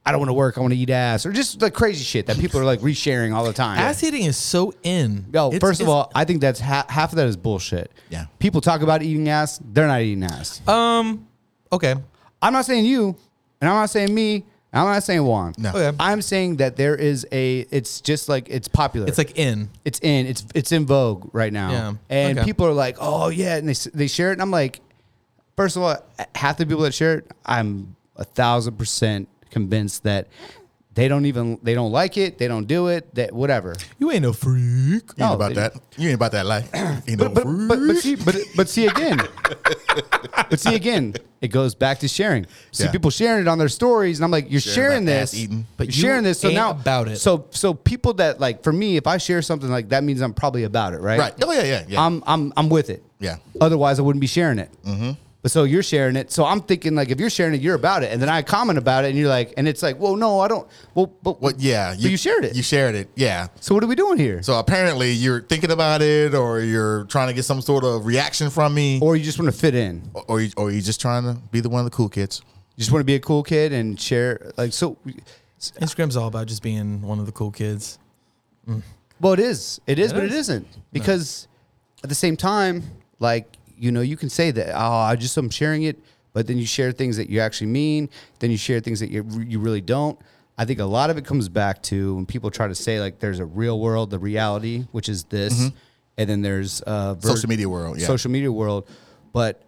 Speaker 6: I don't want to work. I want to eat ass, or just like crazy shit that people are like resharing all the time.
Speaker 4: ass eating is so in.
Speaker 6: Yo,
Speaker 4: It's-
Speaker 6: first of
Speaker 4: it's-
Speaker 6: all, I think that's ha- half of that is bullshit.
Speaker 2: Yeah.
Speaker 6: People talk about eating ass, they're not eating ass.
Speaker 4: um, okay,
Speaker 6: I'm not saying you, and I'm not saying me, and I'm not saying Juan.
Speaker 2: No.
Speaker 4: Okay.
Speaker 6: I'm saying that there is a it's just like it's popular.
Speaker 4: it's like in.
Speaker 6: it's in it's it's in vogue right now.
Speaker 4: Yeah.
Speaker 6: And
Speaker 4: Okay.
Speaker 6: people are like, "Oh yeah," and they s- they share it and I'm like, first of all, half the people that share it, I'm a thousand percent convinced that they don't even they don't like it, they don't do it, that whatever.
Speaker 4: You ain't no freak.
Speaker 2: You ain't
Speaker 6: Oh,
Speaker 2: about
Speaker 6: they-
Speaker 2: that. You ain't about that life. You know,
Speaker 6: but, but, but, but see, but, but see again, but see again, it goes back to sharing. See
Speaker 2: Yeah.
Speaker 6: people sharing it on their stories, and I'm like, you're sharing,
Speaker 2: Sharing about
Speaker 6: this,
Speaker 2: ass eating.
Speaker 6: but
Speaker 4: But
Speaker 6: you're
Speaker 4: you
Speaker 6: sharing this. So
Speaker 4: ain't
Speaker 6: now
Speaker 4: about it.
Speaker 6: So so people that like for me, if I share something like that, means I'm probably about it, right?
Speaker 2: right. Oh yeah, yeah, yeah.
Speaker 6: I'm I'm I'm with it.
Speaker 2: Yeah.
Speaker 6: Otherwise, I wouldn't be sharing it. Mm-hmm. But so you're sharing it. So I'm thinking like, if you're sharing it, you're about it. And then I comment about it, and you're like, and it's like, well, no, I don't. Well, but
Speaker 2: what? Yeah,
Speaker 6: you, you shared it.
Speaker 2: You shared it. Yeah.
Speaker 6: so what are we doing here?
Speaker 2: So apparently you're thinking about it, or you're trying to get some sort of reaction from me,
Speaker 6: or you just want to fit in.
Speaker 2: or or you, or you just trying to be the one of the cool kids.
Speaker 6: You just want to be a cool kid and share like so
Speaker 4: Instagram's all about just being one of the cool kids.
Speaker 6: well it is. It is,
Speaker 4: It
Speaker 6: but it
Speaker 4: is.
Speaker 6: isn't. Because at the same time, like, you know, you can say that, oh, I just I'm sharing it, but then you share things that you actually mean, then you share things that you you really don't. I think a lot of it comes back to when people try to say like there's a real world, the reality, which is this,
Speaker 4: Mm-hmm.
Speaker 6: and then there's uh vir-
Speaker 2: Social media world, yeah.
Speaker 6: Social media world. But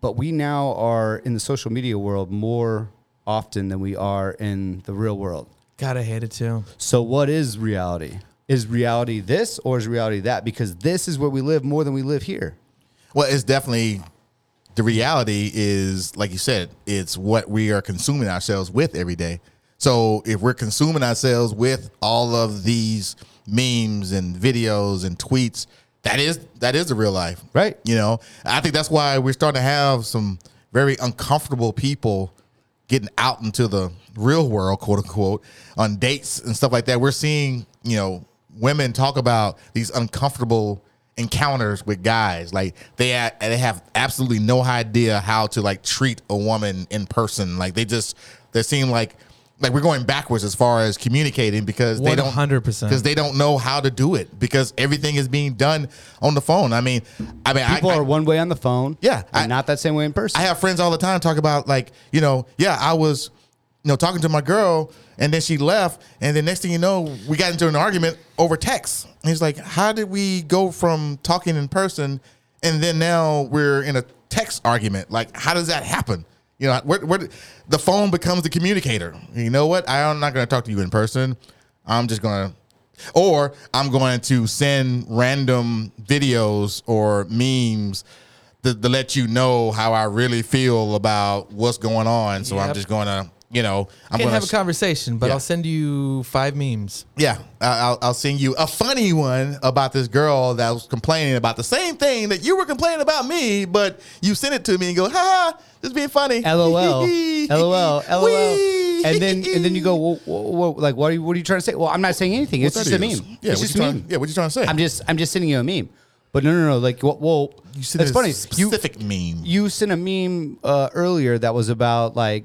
Speaker 6: but we now are in the social media world more often than we are in the real world.
Speaker 4: God, I hate it too.
Speaker 6: So what is reality? Is reality this or is reality that? Because this is where we live more than we live here.
Speaker 2: Well, it's definitely the reality is like you said, it's what we are consuming ourselves with every day. So if we're consuming ourselves with all of these memes and videos and tweets, that is that is the real life,
Speaker 6: right?
Speaker 2: You know, I think that's why we're starting to have some very uncomfortable people getting out into the real world, quote unquote, on dates and stuff like that. We're seeing, you know, women talk about these uncomfortable encounters with guys. Like they a- they have absolutely no idea how to like treat a woman in person. Like they just they seem like like we're going backwards as far as communicating because they don't
Speaker 4: 100%.
Speaker 2: because they don't know how to do it because everything is being done on the phone. I mean, I mean,
Speaker 6: People
Speaker 2: I,
Speaker 6: are one way on the phone.
Speaker 2: Yeah,
Speaker 6: and not that same way in person.
Speaker 2: I have friends all the time talk about like, you know, yeah, I was, you know, talking to my girl and then she left, and then next thing you know, we got into an argument over text. And he's like, How did we go from talking in person and then now we're in a text argument? Like, how does that happen? You know, where, where did- the phone becomes the communicator. You know what? I'm not going to talk to you in person. I'm just going to or I'm going to send random videos or memes to, to let you know how I really feel about what's going on. So I'm
Speaker 4: Yep.
Speaker 2: just going to, you know, I'm
Speaker 4: I'm gonna
Speaker 2: going
Speaker 4: have a conversation, but
Speaker 2: Yeah.
Speaker 4: I'll send you five memes.
Speaker 2: Yeah, I- I'll, I'll send you a funny one about this girl that was complaining about the same thing that you were complaining about me, but you sent it to me and go, ha, ha, just being funny.
Speaker 6: LOL, LOL, LOL.
Speaker 2: Wee.
Speaker 6: And then and then you go, whoa, whoa, whoa, like what are you what are you trying to say? Well, I'm not saying anything. It's
Speaker 2: What
Speaker 6: just
Speaker 2: that
Speaker 6: a
Speaker 2: is.
Speaker 6: meme.
Speaker 2: Yeah,
Speaker 6: it's
Speaker 2: what
Speaker 6: just
Speaker 2: you
Speaker 6: a
Speaker 2: trying-
Speaker 6: meme.
Speaker 2: yeah, what you trying to say?
Speaker 6: I'm just I'm just sending you a meme. But no, no, no. Like, well, well you
Speaker 2: sent
Speaker 6: it's
Speaker 2: a
Speaker 6: funny.
Speaker 2: specific
Speaker 6: you,
Speaker 2: meme.
Speaker 6: You sent a meme uh, earlier that was about like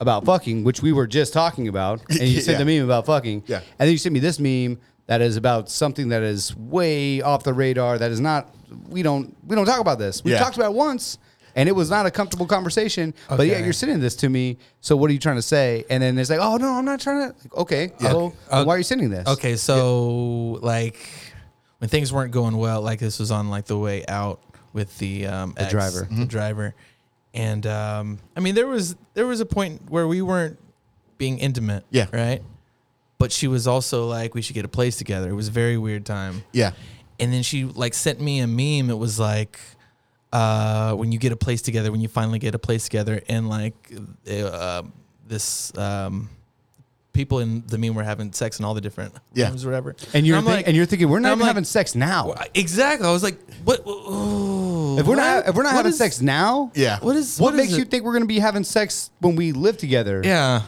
Speaker 6: about fucking, which we were just talking about, and you sent
Speaker 2: Yeah.
Speaker 6: a meme about fucking.
Speaker 2: Yeah.
Speaker 6: And then you sent me this meme that is about something that is way off the radar. That is not. We don't. We don't talk about this. We
Speaker 2: Yeah.
Speaker 6: talked about it once, and it was not a comfortable conversation. But yeah,
Speaker 4: Okay.
Speaker 6: you're sending this to me. So what are you trying to say? And then it's like, oh no, I'm not trying to. Like, okay, well, then why are you sending this?
Speaker 4: Uh, Okay, so like when things weren't going well, like this was on like the way out with the um, ex,
Speaker 6: driver.
Speaker 4: the driver, and um, I mean there was there was a point where we weren't being intimate,
Speaker 2: Yeah.
Speaker 4: right. But she was also like, we should get a place together. It was a very weird time.
Speaker 2: Yeah.
Speaker 4: And then she like sent me a meme. It was like, uh, when you get a place together, when you finally get a place together, and like uh, this um, people in the meme were having sex in all the different
Speaker 6: Yeah.
Speaker 4: rooms, or whatever.
Speaker 6: And you're
Speaker 4: I'm
Speaker 6: think-
Speaker 4: like-
Speaker 6: and you're thinking we're
Speaker 4: and
Speaker 6: not
Speaker 4: I'm
Speaker 6: even
Speaker 4: like,
Speaker 6: having sex now.
Speaker 4: exactly. I was like, what? oh,
Speaker 6: If we're
Speaker 4: what?
Speaker 6: not if we're not
Speaker 4: What
Speaker 6: having
Speaker 4: is-
Speaker 6: sex now,
Speaker 2: Yeah.
Speaker 4: What is
Speaker 6: what,
Speaker 4: is
Speaker 6: makes
Speaker 4: it?
Speaker 6: you think we're gonna be having sex when we live together?
Speaker 4: Yeah,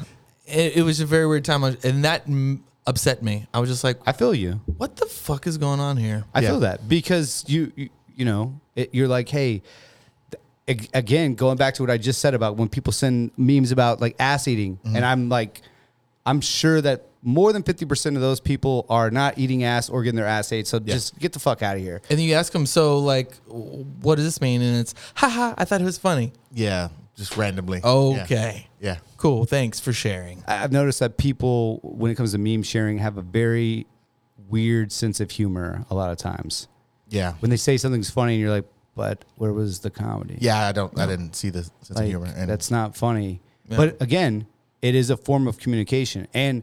Speaker 4: it, it was a very weird time, I was- and that mm, upset me. I was just like,
Speaker 6: I feel you.
Speaker 4: What the fuck is going on here?
Speaker 6: I feel that because you you, you know it, you're like hey. th- ag- Again, going back to what I just said about when people send memes about like ass eating,
Speaker 4: Mm-hmm.
Speaker 6: and I'm like, I'm sure that more than 50% of those people are not eating ass or getting their ass ate. So just get the fuck out of here.
Speaker 4: And then you ask them, so like, w- what does this mean? And it's, haha, I thought it was funny.
Speaker 2: Yeah, just randomly.
Speaker 4: Okay.
Speaker 2: Yeah. Yeah.
Speaker 4: Cool. Thanks for sharing.
Speaker 6: I- I've noticed that people, when it comes to meme sharing, have a very weird sense of humor a lot of times.
Speaker 2: Yeah.
Speaker 6: When they say something's funny, and you're like, but where was the comedy?
Speaker 2: Yeah, I don't. I didn't see the sense of
Speaker 6: Like,
Speaker 2: humor. And
Speaker 6: that's not funny.
Speaker 2: Yeah.
Speaker 6: But again, it is a form of communication. And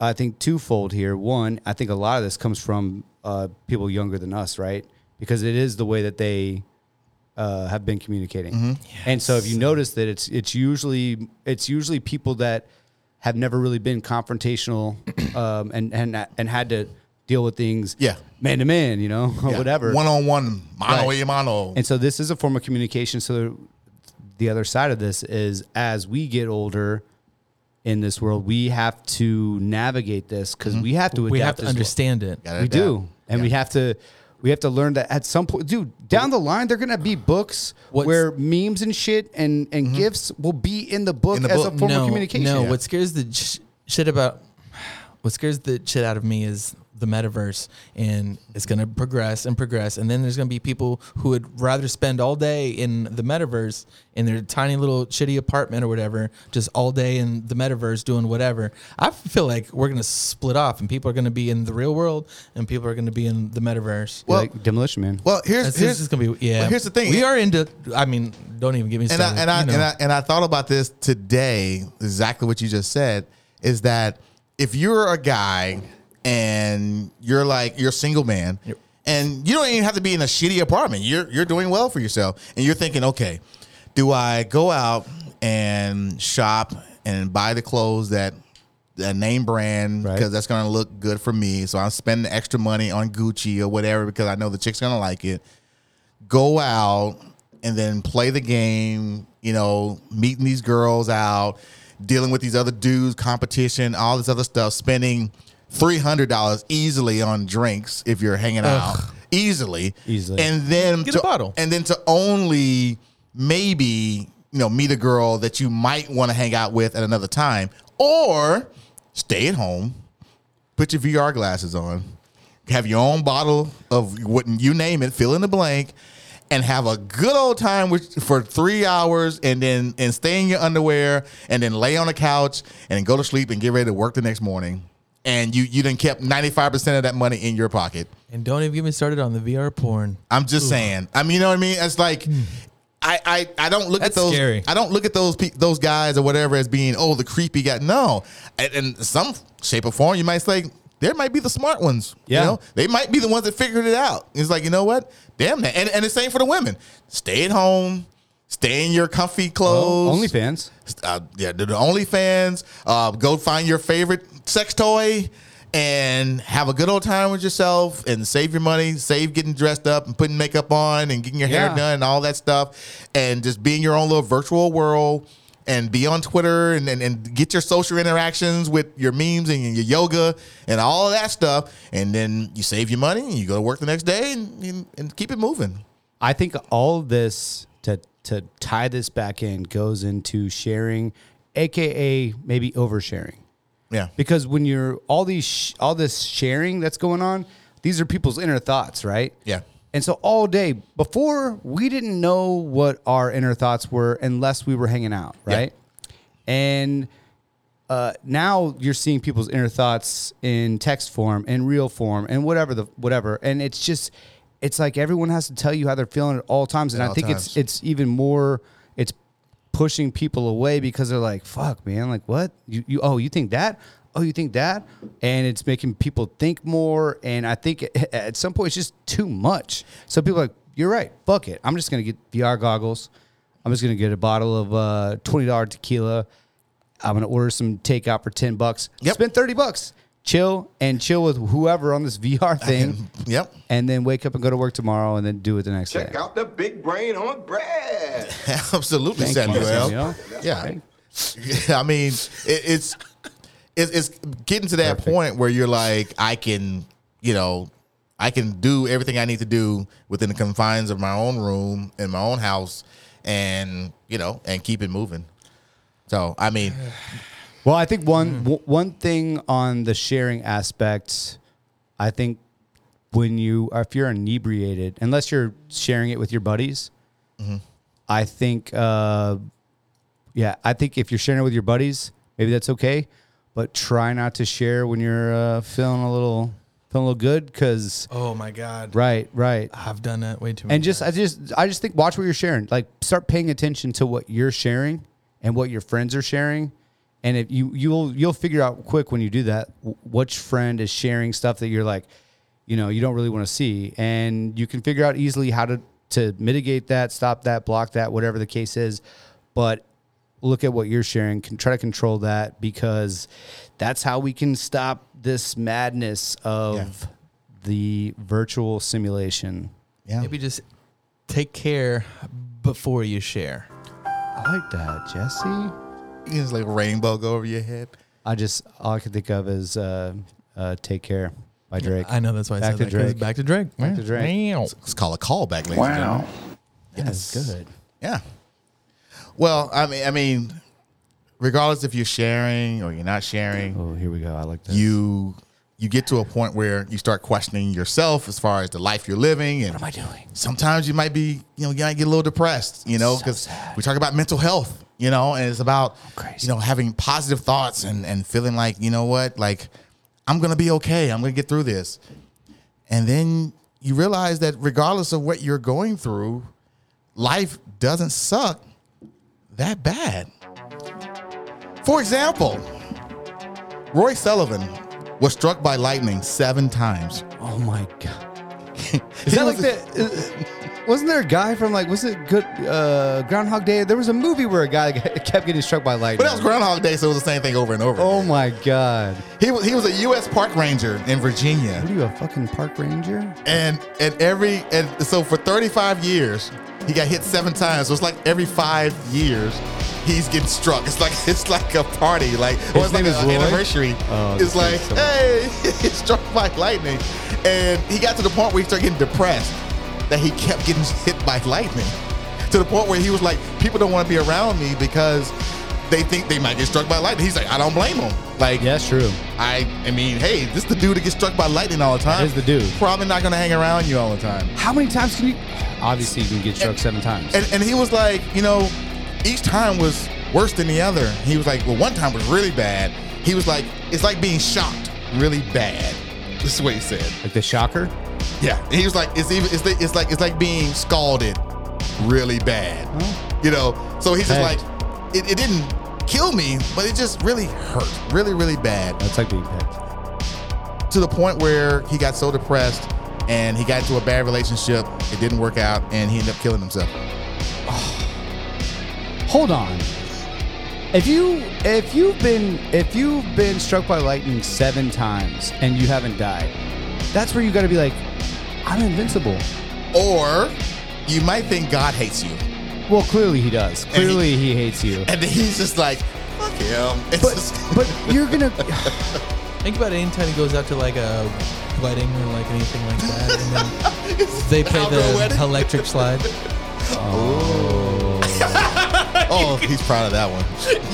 Speaker 6: I think twofold here. One, I think a lot of this comes from uh, people younger than us, right? Because it is the way that they uh, have been communicating.
Speaker 2: Mm-hmm.
Speaker 6: And so if you notice that it's it's usually it's usually people that have never really been confrontational um, and and and had to deal with things
Speaker 2: Yeah.
Speaker 6: man to man, you know, or
Speaker 2: Yeah.
Speaker 6: whatever.
Speaker 2: One-on-one, mano
Speaker 6: Right.
Speaker 2: a mano.
Speaker 6: And so this is a form of communication. So the other side of this is as we get older in this world, we have to navigate this because Mm-hmm. we have to adapt
Speaker 4: We have to
Speaker 6: as well.
Speaker 4: understand it.
Speaker 2: Gotta
Speaker 6: We
Speaker 2: adapt.
Speaker 6: do. And we have to we have to learn that at some point dude, down the line there are gonna be books where memes and shit and, and gifts will be Mm-hmm. in the book as a form
Speaker 4: no,
Speaker 6: of communication.
Speaker 4: No, what scares the sh- shit about what scares the shit out of me is the metaverse, and it's gonna progress and progress, and then there's gonna be people who would rather spend all day in the metaverse in their tiny little shitty apartment or whatever, just all day in the metaverse doing whatever. I feel like we're gonna split off, and people are gonna be in the real world, and people are gonna be in the metaverse.
Speaker 6: well, like demolition man.
Speaker 2: Well, here's
Speaker 4: That's-
Speaker 2: here's
Speaker 4: this is gonna be yeah.
Speaker 2: well, here's the thing.
Speaker 4: we are into. I mean, don't even get me
Speaker 2: and I,
Speaker 4: started.
Speaker 2: and I,
Speaker 4: you know.
Speaker 2: and I and I thought about this today. Exactly what you just said is that if you're a guy and you're like you're a single man, and you don't even have to be in a shitty apartment. You're you're doing well for yourself, and you're thinking, okay, do I go out and shop? and buy the clothes that a name brand because that's going to look good for me. So I'm spending extra money on Gucci or whatever because I know the chick's going to like it. Go out and then play the game, you know, meeting these girls out, dealing with these other dudes, competition, all this other stuff, spending $300 easily on drinks if you're hanging out.
Speaker 4: Ugh.
Speaker 2: Easily,
Speaker 6: Easily.
Speaker 2: and then
Speaker 4: Get
Speaker 2: to,
Speaker 4: a bottle.
Speaker 2: and then to only maybe you know meet a girl that you might want to hang out with at another time, or stay at home, put your VR glasses on, have your own bottle of what you name it, fill in the blank, and have a good old time with, for three hours, and then and stay in your underwear, and then lay on the couch, and then go to sleep, and get ready to work the next morning. And you you then kept ninety five percent of that money in your pocket.
Speaker 4: And don't even get me started on the VR porn.
Speaker 2: I'm just saying. I mean, you know what I mean? It's like I I, I don't look
Speaker 4: That's
Speaker 2: at those.
Speaker 4: scary.
Speaker 2: I don't look at those pe- those guys or whatever as being oh the creepy guy. No, and in some shape or form, you might say there might be the smart ones.
Speaker 6: Yeah.
Speaker 2: You know, they might be the ones that figured it out. It's like you know what? Damn that. And and the same for the women. Stay at home. Stay in your comfy clothes.
Speaker 6: OnlyFans.
Speaker 2: Uh, yeah, do the OnlyFans. Uh, go find your favorite sex toy and have a good old time with yourself and save your money, save getting dressed up and putting makeup on and getting your hair
Speaker 6: Yeah.
Speaker 2: done and all that stuff. And just be in your own little virtual world and be on Twitter and, and, and get your social interactions with your memes and your yoga and all of that stuff. And then you save your money and you go to work the next day and, and, and keep it moving.
Speaker 6: I think all this to to tie this back in goes into sharing, aka maybe oversharing.
Speaker 2: Yeah.
Speaker 6: Because when you're all these sh- all this sharing that's going on, these are people's inner thoughts, right?
Speaker 2: Yeah.
Speaker 6: And so all day before we didn't know what our inner thoughts were unless we were hanging out,
Speaker 2: Yeah.
Speaker 6: right? And uh, now you're seeing people's inner thoughts in text form, in real form, and whatever the whatever. And it's just, it's like everyone has to tell you how they're feeling at all times. And
Speaker 2: At
Speaker 6: I
Speaker 2: all
Speaker 6: think
Speaker 2: times.
Speaker 6: it's it's even more, it's pushing people away because they're like, "Fuck, man! Like what? You you oh you think that? Oh you think that?" And it's making people think more. And I think at- at some point it's just too much. So people are like, "You're right. Fuck it. I'm just gonna get VR goggles. I'm just gonna get a bottle of uh, twenty dollar tequila. I'm gonna order some takeout for ten bucks. Spend thirty bucks." Chill and chill with whoever on this VR thing.
Speaker 2: yep.
Speaker 6: And then wake up and go to work tomorrow and then do it the next day.
Speaker 13: Got the big brain on Brad.
Speaker 2: Absolutely,
Speaker 6: Thank you,
Speaker 2: Samuel.
Speaker 6: Samuel.
Speaker 2: Yeah. Yeah, I mean, it, it's it's it's getting to that point where you're like, I can, you know, I can do everything I need to do within the confines of my own room in my own house, and you know, and keep it moving. So, I mean,
Speaker 6: Well, I think one w- one thing on the sharing aspect, I think when you if you're inebriated, unless you're sharing it with your buddies, I think uh, yeah, I think if you're sharing it with your buddies, maybe that's okay, but try not to share when you're uh, feeling a little feeling a little good because
Speaker 4: Oh my god.
Speaker 6: right, right.
Speaker 4: I've done that way too many.
Speaker 6: And just I just I just think watch what you're sharing. Like start paying attention to what you're sharing and what your friends are sharing. And if you you'll you'll figure out quick when you do that wh- which friend is sharing stuff that you're like, you know, you don't really want to see, and you can figure out easily how to to mitigate that, stop that, block that, whatever the case is. But look at what you're sharing. Can try to control that because that's how we can stop this madness of the virtual simulation.
Speaker 2: yeah.
Speaker 4: Maybe just take care before you share.
Speaker 6: I like that, Jesse.
Speaker 2: It's like a rainbow go over your head.
Speaker 6: I just all I can think of is uh, uh, "Take Care" by Drake.
Speaker 4: I know that's why I
Speaker 6: back
Speaker 4: said
Speaker 6: to
Speaker 4: that, 'cause
Speaker 6: Drake.
Speaker 4: back to Drake.
Speaker 6: Back to Drake.
Speaker 4: Meow.
Speaker 2: Let's call a callback, ladies. and gentlemen.
Speaker 6: That's good.
Speaker 2: Yeah. Well, I mean, I mean, regardless if you're sharing or you're not sharing,
Speaker 6: Oh, here we go. I like that.
Speaker 2: you you get to a point where you start questioning yourself as far as the life you're living and
Speaker 6: What am I doing?
Speaker 2: sometimes you might be you know you might get a little depressed you know
Speaker 6: So
Speaker 2: because
Speaker 6: sad. Oh,
Speaker 2: we talk about mental health you know and it's about
Speaker 6: crazy.
Speaker 2: you know having positive thoughts and and feeling like you know what like i'm gonna be okay i'm gonna get through this and then you realize that regardless of what you're going through life doesn't suck that bad for example roy sullivan was struck by lightning seven times
Speaker 6: Oh my god!
Speaker 2: He
Speaker 6: Is that like
Speaker 2: was-
Speaker 6: the? uh, Wasn't there a guy from like was it good uh, Groundhog Day? There was a movie where a guy kept getting struck by lightning.
Speaker 2: But that was Groundhog Day, so it was the same thing over and over.
Speaker 6: Oh my god!
Speaker 2: He was he was a U.S. park ranger in Virginia.
Speaker 6: What are you a fucking park ranger?
Speaker 2: And and every and so for 35 years, he got hit seven times. So it's like every five years, he's getting struck. It's like it's like a party, like or
Speaker 6: His
Speaker 2: it's like
Speaker 6: name is
Speaker 2: an
Speaker 6: Roy?
Speaker 2: anniversary.
Speaker 6: Oh,
Speaker 2: it's
Speaker 6: this
Speaker 2: like
Speaker 6: is so-
Speaker 2: hey, he's struck by lightning, and he got to the point where he started getting depressed that he kept getting hit by lightning. To the point where he was like, people don't want to be around me because they think they might get struck by lightning. He's like, I don't blame them. Like
Speaker 6: that's true.
Speaker 2: I I mean, hey, this the dude that gets struck by lightning all the
Speaker 4: Uh,
Speaker 2: time.
Speaker 6: is the dude.
Speaker 2: Probably not gonna hang around you all the time.
Speaker 6: How many times can you? Obviously, you can get struck seven times.
Speaker 2: And, and he was like, you know, each time was worse than the other. He was like, well, one time was really bad. He was like, it's like being shocked really bad. This is what he said.
Speaker 6: Like the shocker.
Speaker 2: Yeah. He was like, it's even, it's, the, it's like, it's like being scalded really bad. You know, so he's just
Speaker 6: Pegged.
Speaker 2: like, it, it didn't kill me, but it just really hurt, really, really bad.
Speaker 6: That's like being pegged.
Speaker 2: to the point where he got so depressed and he got into a bad relationship. It didn't work out and he ended up killing himself.
Speaker 6: Hold on. If you if you've been if you've been struck by lightning seven times and you haven't died, that's where you got to be like, I'm invincible.
Speaker 2: Or you might think God hates you.
Speaker 6: Well, clearly he does. Clearly he, hates you.
Speaker 2: And he's just like, fuck him. It's just,
Speaker 6: But you're gonna.
Speaker 4: Think about it anytime he goes out to like a wedding or like anything like that. And then they play
Speaker 2: Outdoor
Speaker 4: the
Speaker 2: wedding.
Speaker 4: electric slide.
Speaker 2: oh, he's proud of that one.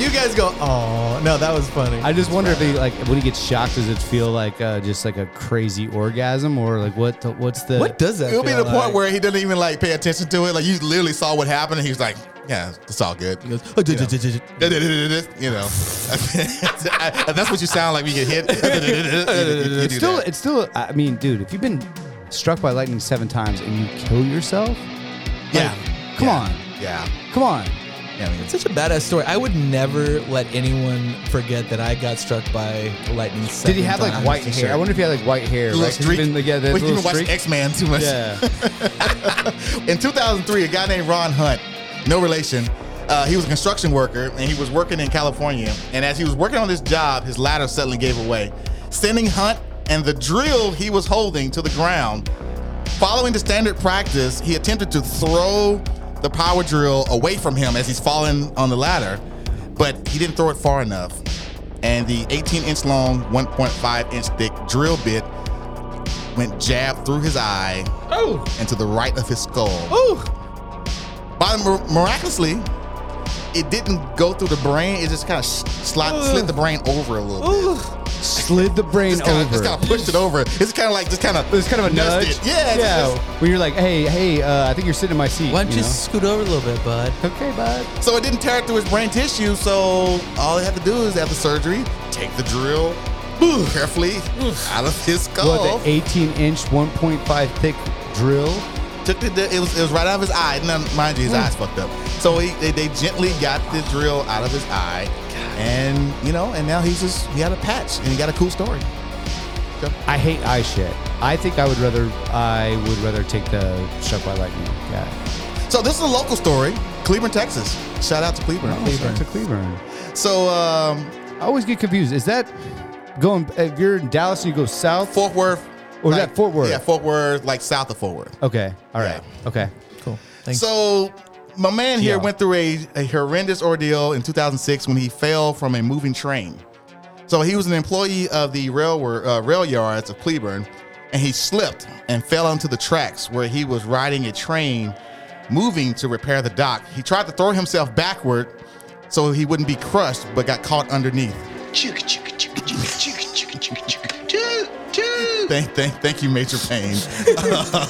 Speaker 4: You guys go, oh no, that was funny.
Speaker 6: I just wonder if he like when he gets shocked, does it feel like uh, just like a crazy orgasm or like what the, what's the
Speaker 4: what does that?
Speaker 2: It'll be
Speaker 4: feel
Speaker 2: the point
Speaker 4: like?
Speaker 2: where he doesn't even like pay attention to it. Like you literally saw what happened and he was like, yeah, it's all good.
Speaker 4: He goes, "Oh, duh, duh, duh, duh, duh."
Speaker 2: You know, And that's what you sound like when you get hit. You
Speaker 6: It's
Speaker 2: do
Speaker 6: still
Speaker 2: that.
Speaker 6: it's still I mean, dude, if you've been struck by lightning seven times and you kill yourself,
Speaker 2: yeah,
Speaker 6: come
Speaker 2: Yeah.
Speaker 6: on,
Speaker 2: yeah.
Speaker 6: come on.
Speaker 2: Yeah, I mean,
Speaker 4: It's such a badass story. I would never let anyone forget that I got struck by lightning.
Speaker 6: Did he
Speaker 4: seven
Speaker 6: have like
Speaker 4: times.
Speaker 6: white hair? I wonder if he had like white hair.
Speaker 2: Little
Speaker 6: right? 'Cause he's
Speaker 2: streak.
Speaker 6: been- like, yeah, that
Speaker 2: We've
Speaker 6: little
Speaker 2: been watching
Speaker 6: streak.
Speaker 2: X Men too much.
Speaker 6: Yeah.
Speaker 2: In 2003, a guy named Ron Hunt, no relation, uh, he was a construction worker and he was working in California. And as he was working on this job, his ladder suddenly gave away, sending Hunt and the drill he was holding to the ground. Following the standard practice, he attempted to throw the power drill away from him as he's falling on the ladder, but he didn't throw it far enough. And the 18 inch long, 1.5 inch thick drill bit went jab through his eye
Speaker 4: Oh,
Speaker 2: and to the right of his skull.
Speaker 4: oh,
Speaker 2: But mir- miraculously, it didn't go through the brain. It just kind of slid, slid the brain over a little bit.
Speaker 4: oh.
Speaker 6: Slid the brain
Speaker 2: Just kind of
Speaker 6: over.
Speaker 2: just kind of pushed it over. It's kind of like just kind of
Speaker 6: It's kind of a nudge.
Speaker 2: Yeah, it's
Speaker 6: yeah.
Speaker 2: just-
Speaker 6: when you're like, hey, hey, uh, I think you're sitting in my seat.
Speaker 4: Why don't you
Speaker 6: know?
Speaker 4: scoot over a little bit, bud?
Speaker 6: Okay, bud.
Speaker 2: so it didn't tear through his brain tissue. So all he had to do is after surgery, take the drill, boom, carefully out of his skull.
Speaker 6: What the 18 inch, 1.5 thick drill?
Speaker 2: took the, it was it was right out of his eye. Now, mind you, his
Speaker 6: Hmm.
Speaker 2: eyes fucked up. So he they, they gently got the drill out of his eye, and you know, and now he's just he had a patch and he got a cool story.
Speaker 6: I hate eye shit. I think I would rather I would rather take the struck by lightning. Yeah.
Speaker 2: So this is a local story, Cleveland, Texas. Shout out to Cleveland.
Speaker 6: To Cleveland.
Speaker 2: So um,
Speaker 6: I always get confused. Is that going? If you're in Dallas and you go south?
Speaker 2: Fort Worth.
Speaker 6: Or is that Fort Worth?
Speaker 2: Yeah, Fort Worth, like south of Fort Worth.
Speaker 6: okay. All right. Okay.
Speaker 4: Cool. Thanks.
Speaker 2: So my man here
Speaker 6: Yeah.
Speaker 2: went through a, a horrendous ordeal in 2006 when he fell from a moving train. So he was an employee of the railroad uh, rail yards of Cleburne, and he slipped and fell onto the tracks where he was riding a train moving to repair the dock. He tried to throw himself backward so he wouldn't be crushed, but got caught underneath. Thank, thank, thank you, Major Payne.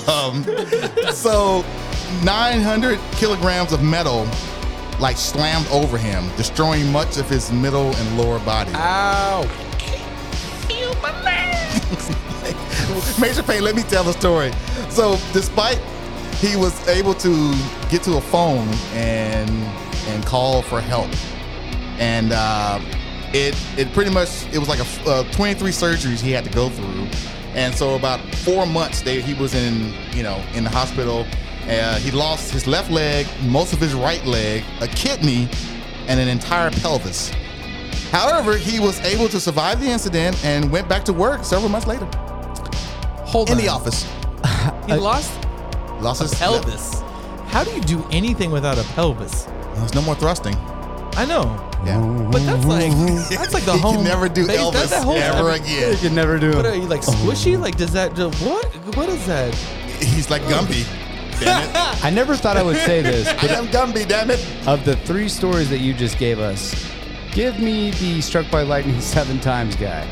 Speaker 2: um, so, 900 kilograms of metal like slammed over him, destroying much of his middle and lower body.
Speaker 4: Ow.
Speaker 2: Major Payne, let me tell the story. So, despite he was able to get to a phone and and call for help, and uh, it it pretty much it was like a uh, 23 surgeries he had to go through, and so about four months there he was in you know in the hospital, Uh, he lost his left leg, most of his right leg, a kidney, and an entire pelvis. However, he was able to survive the incident and went back to work several months later.
Speaker 4: Hold
Speaker 2: in
Speaker 4: on.
Speaker 2: the office.
Speaker 4: He lost
Speaker 2: Lost his
Speaker 4: pelvis. How do you do anything without a pelvis?
Speaker 2: There's no more thrusting.
Speaker 4: I know. But that's like that's like the
Speaker 2: He can
Speaker 4: home.
Speaker 2: never do
Speaker 4: base.
Speaker 2: Elvis ever again. Oh. He
Speaker 6: can never do it.
Speaker 4: What are you like squishy? Like does that do, what? What is that?
Speaker 2: He's like Gumby. Damn it.
Speaker 6: I never thought I would say this,
Speaker 2: I am Gumby, damn it.
Speaker 6: of the three stories that you just gave us, give me the struck by lightning seven times guy.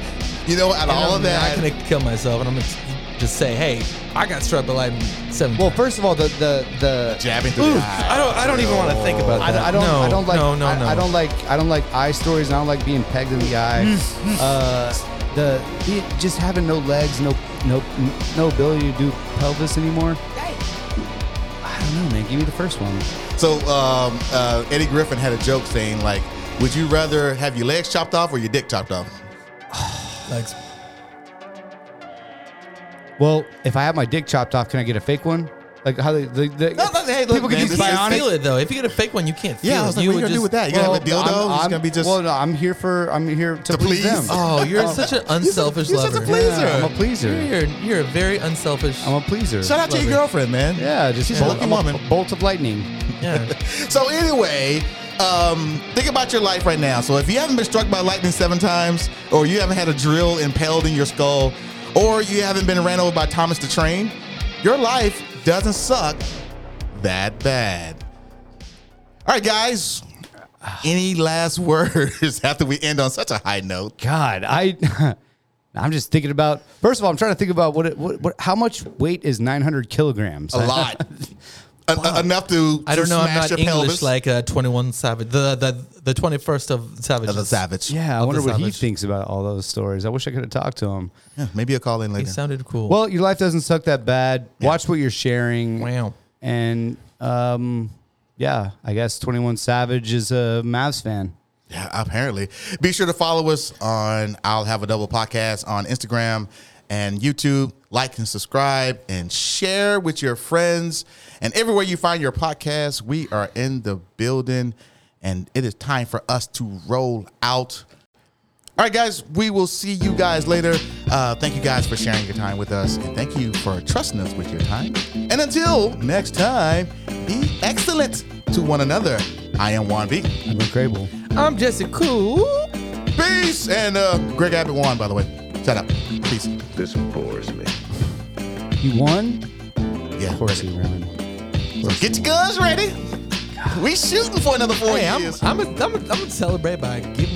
Speaker 2: You know, out of
Speaker 4: And
Speaker 2: all
Speaker 4: I'm
Speaker 2: of that,
Speaker 4: not gonna kill myself, and I'm gonna just say, hey, I got struck by lightning seven.
Speaker 6: Well, first of all, the the the
Speaker 2: jabbing through the eye.
Speaker 4: I don't. I don't even want to think about
Speaker 6: I,
Speaker 4: that.
Speaker 6: I don't.
Speaker 4: No,
Speaker 6: I don't like.
Speaker 4: No, no,
Speaker 6: I,
Speaker 4: no.
Speaker 6: I don't like. I don't like eye stories. and I don't like being pegged in the eye.
Speaker 4: Mm.
Speaker 6: uh, the, the just having no legs, no no no ability to do pelvis anymore. I don't know, man. Give me the first one.
Speaker 2: So um, uh, Eddie Griffin had a joke saying like, "Would you rather have your legs chopped off or your dick chopped off?"
Speaker 4: Like,
Speaker 6: Well, if I have my dick chopped off, can I get a fake one? Like how they, the, the
Speaker 2: No, no, hey, look, man,
Speaker 6: people can use
Speaker 2: this is-
Speaker 6: bionic.
Speaker 4: feel it though. If you get a fake one, you can't feel
Speaker 2: Yeah, I
Speaker 4: it.
Speaker 2: was like, what are you
Speaker 4: would
Speaker 2: gonna do
Speaker 4: just-
Speaker 2: with that? You gonna have a dildo?
Speaker 6: I'm-
Speaker 2: It's
Speaker 6: I'm-
Speaker 2: gonna be just
Speaker 6: Well, no, I'm here for. I'm here to,
Speaker 2: To
Speaker 6: please.
Speaker 2: please?
Speaker 6: them.
Speaker 4: Oh, you're such an unselfish
Speaker 2: you're
Speaker 4: lover.
Speaker 2: such a pleaser.
Speaker 6: Yeah, I'm a pleaser.
Speaker 4: You're, you're a very unselfish.
Speaker 6: I'm a pleaser.
Speaker 2: Shout out to your
Speaker 4: Lover.
Speaker 2: girlfriend, man.
Speaker 6: Yeah, just
Speaker 2: She's a
Speaker 6: bolt,
Speaker 2: lucky
Speaker 6: I'm a
Speaker 2: woman.
Speaker 6: bolt of lightning.
Speaker 4: Yeah.
Speaker 2: So anyway, um, think about your life right now. So if you haven't been struck by lightning seven times, or you haven't had a drill impaled in your skull, or you haven't been ran over by Thomas the Train, your life doesn't suck that bad. All right, guys. Any last words after we end on such a high note?
Speaker 6: God, I I'm just thinking about. First of all, I'm trying to think about what it, what, what how much weight is 900 kilograms.
Speaker 2: A lot. En- enough to,
Speaker 4: I don't
Speaker 2: to
Speaker 4: know. I'm
Speaker 2: smash
Speaker 4: not
Speaker 2: your
Speaker 4: English
Speaker 2: pelvis.
Speaker 4: like uh, 21 Savage. The the the 21st of Savage.
Speaker 2: Another savage.
Speaker 6: yeah, I
Speaker 4: Of
Speaker 6: wonder
Speaker 4: the
Speaker 6: what he
Speaker 4: savage.
Speaker 6: thinks about all those stories. I wish I could have talked to him.
Speaker 2: Yeah, maybe I'll call in
Speaker 4: He
Speaker 2: later.
Speaker 4: sounded cool.
Speaker 6: Well, your life doesn't suck that bad. Watch what you're sharing.
Speaker 4: Wow.
Speaker 6: And um, yeah, I guess 21 Savage is a Mavs fan.
Speaker 2: Yeah, apparently. Be sure to follow us on I'll Have a Double Podcast on Instagram and YouTube. Like and subscribe and share with your friends. And everywhere you find your podcast, we are in the building. And it is time for us to roll out. All right, guys, we will see you guys later. Uh, thank you guys for sharing your time with us. And thank you for trusting us with your time. And until next time, be excellent to one another. I am Juan V.
Speaker 6: I'm incredible.
Speaker 4: I'm Jesse Cool.
Speaker 2: Peace. And uh, Greg Abbott won, by the way. Shut up. Peace.
Speaker 13: This bores me.
Speaker 6: You won?
Speaker 2: Yeah.
Speaker 6: Of course he won.
Speaker 2: Get your guns ready. We shooting for another four
Speaker 4: Hey, I'm
Speaker 2: years.
Speaker 4: I'm a, I'm a, I'm gonna celebrate by giving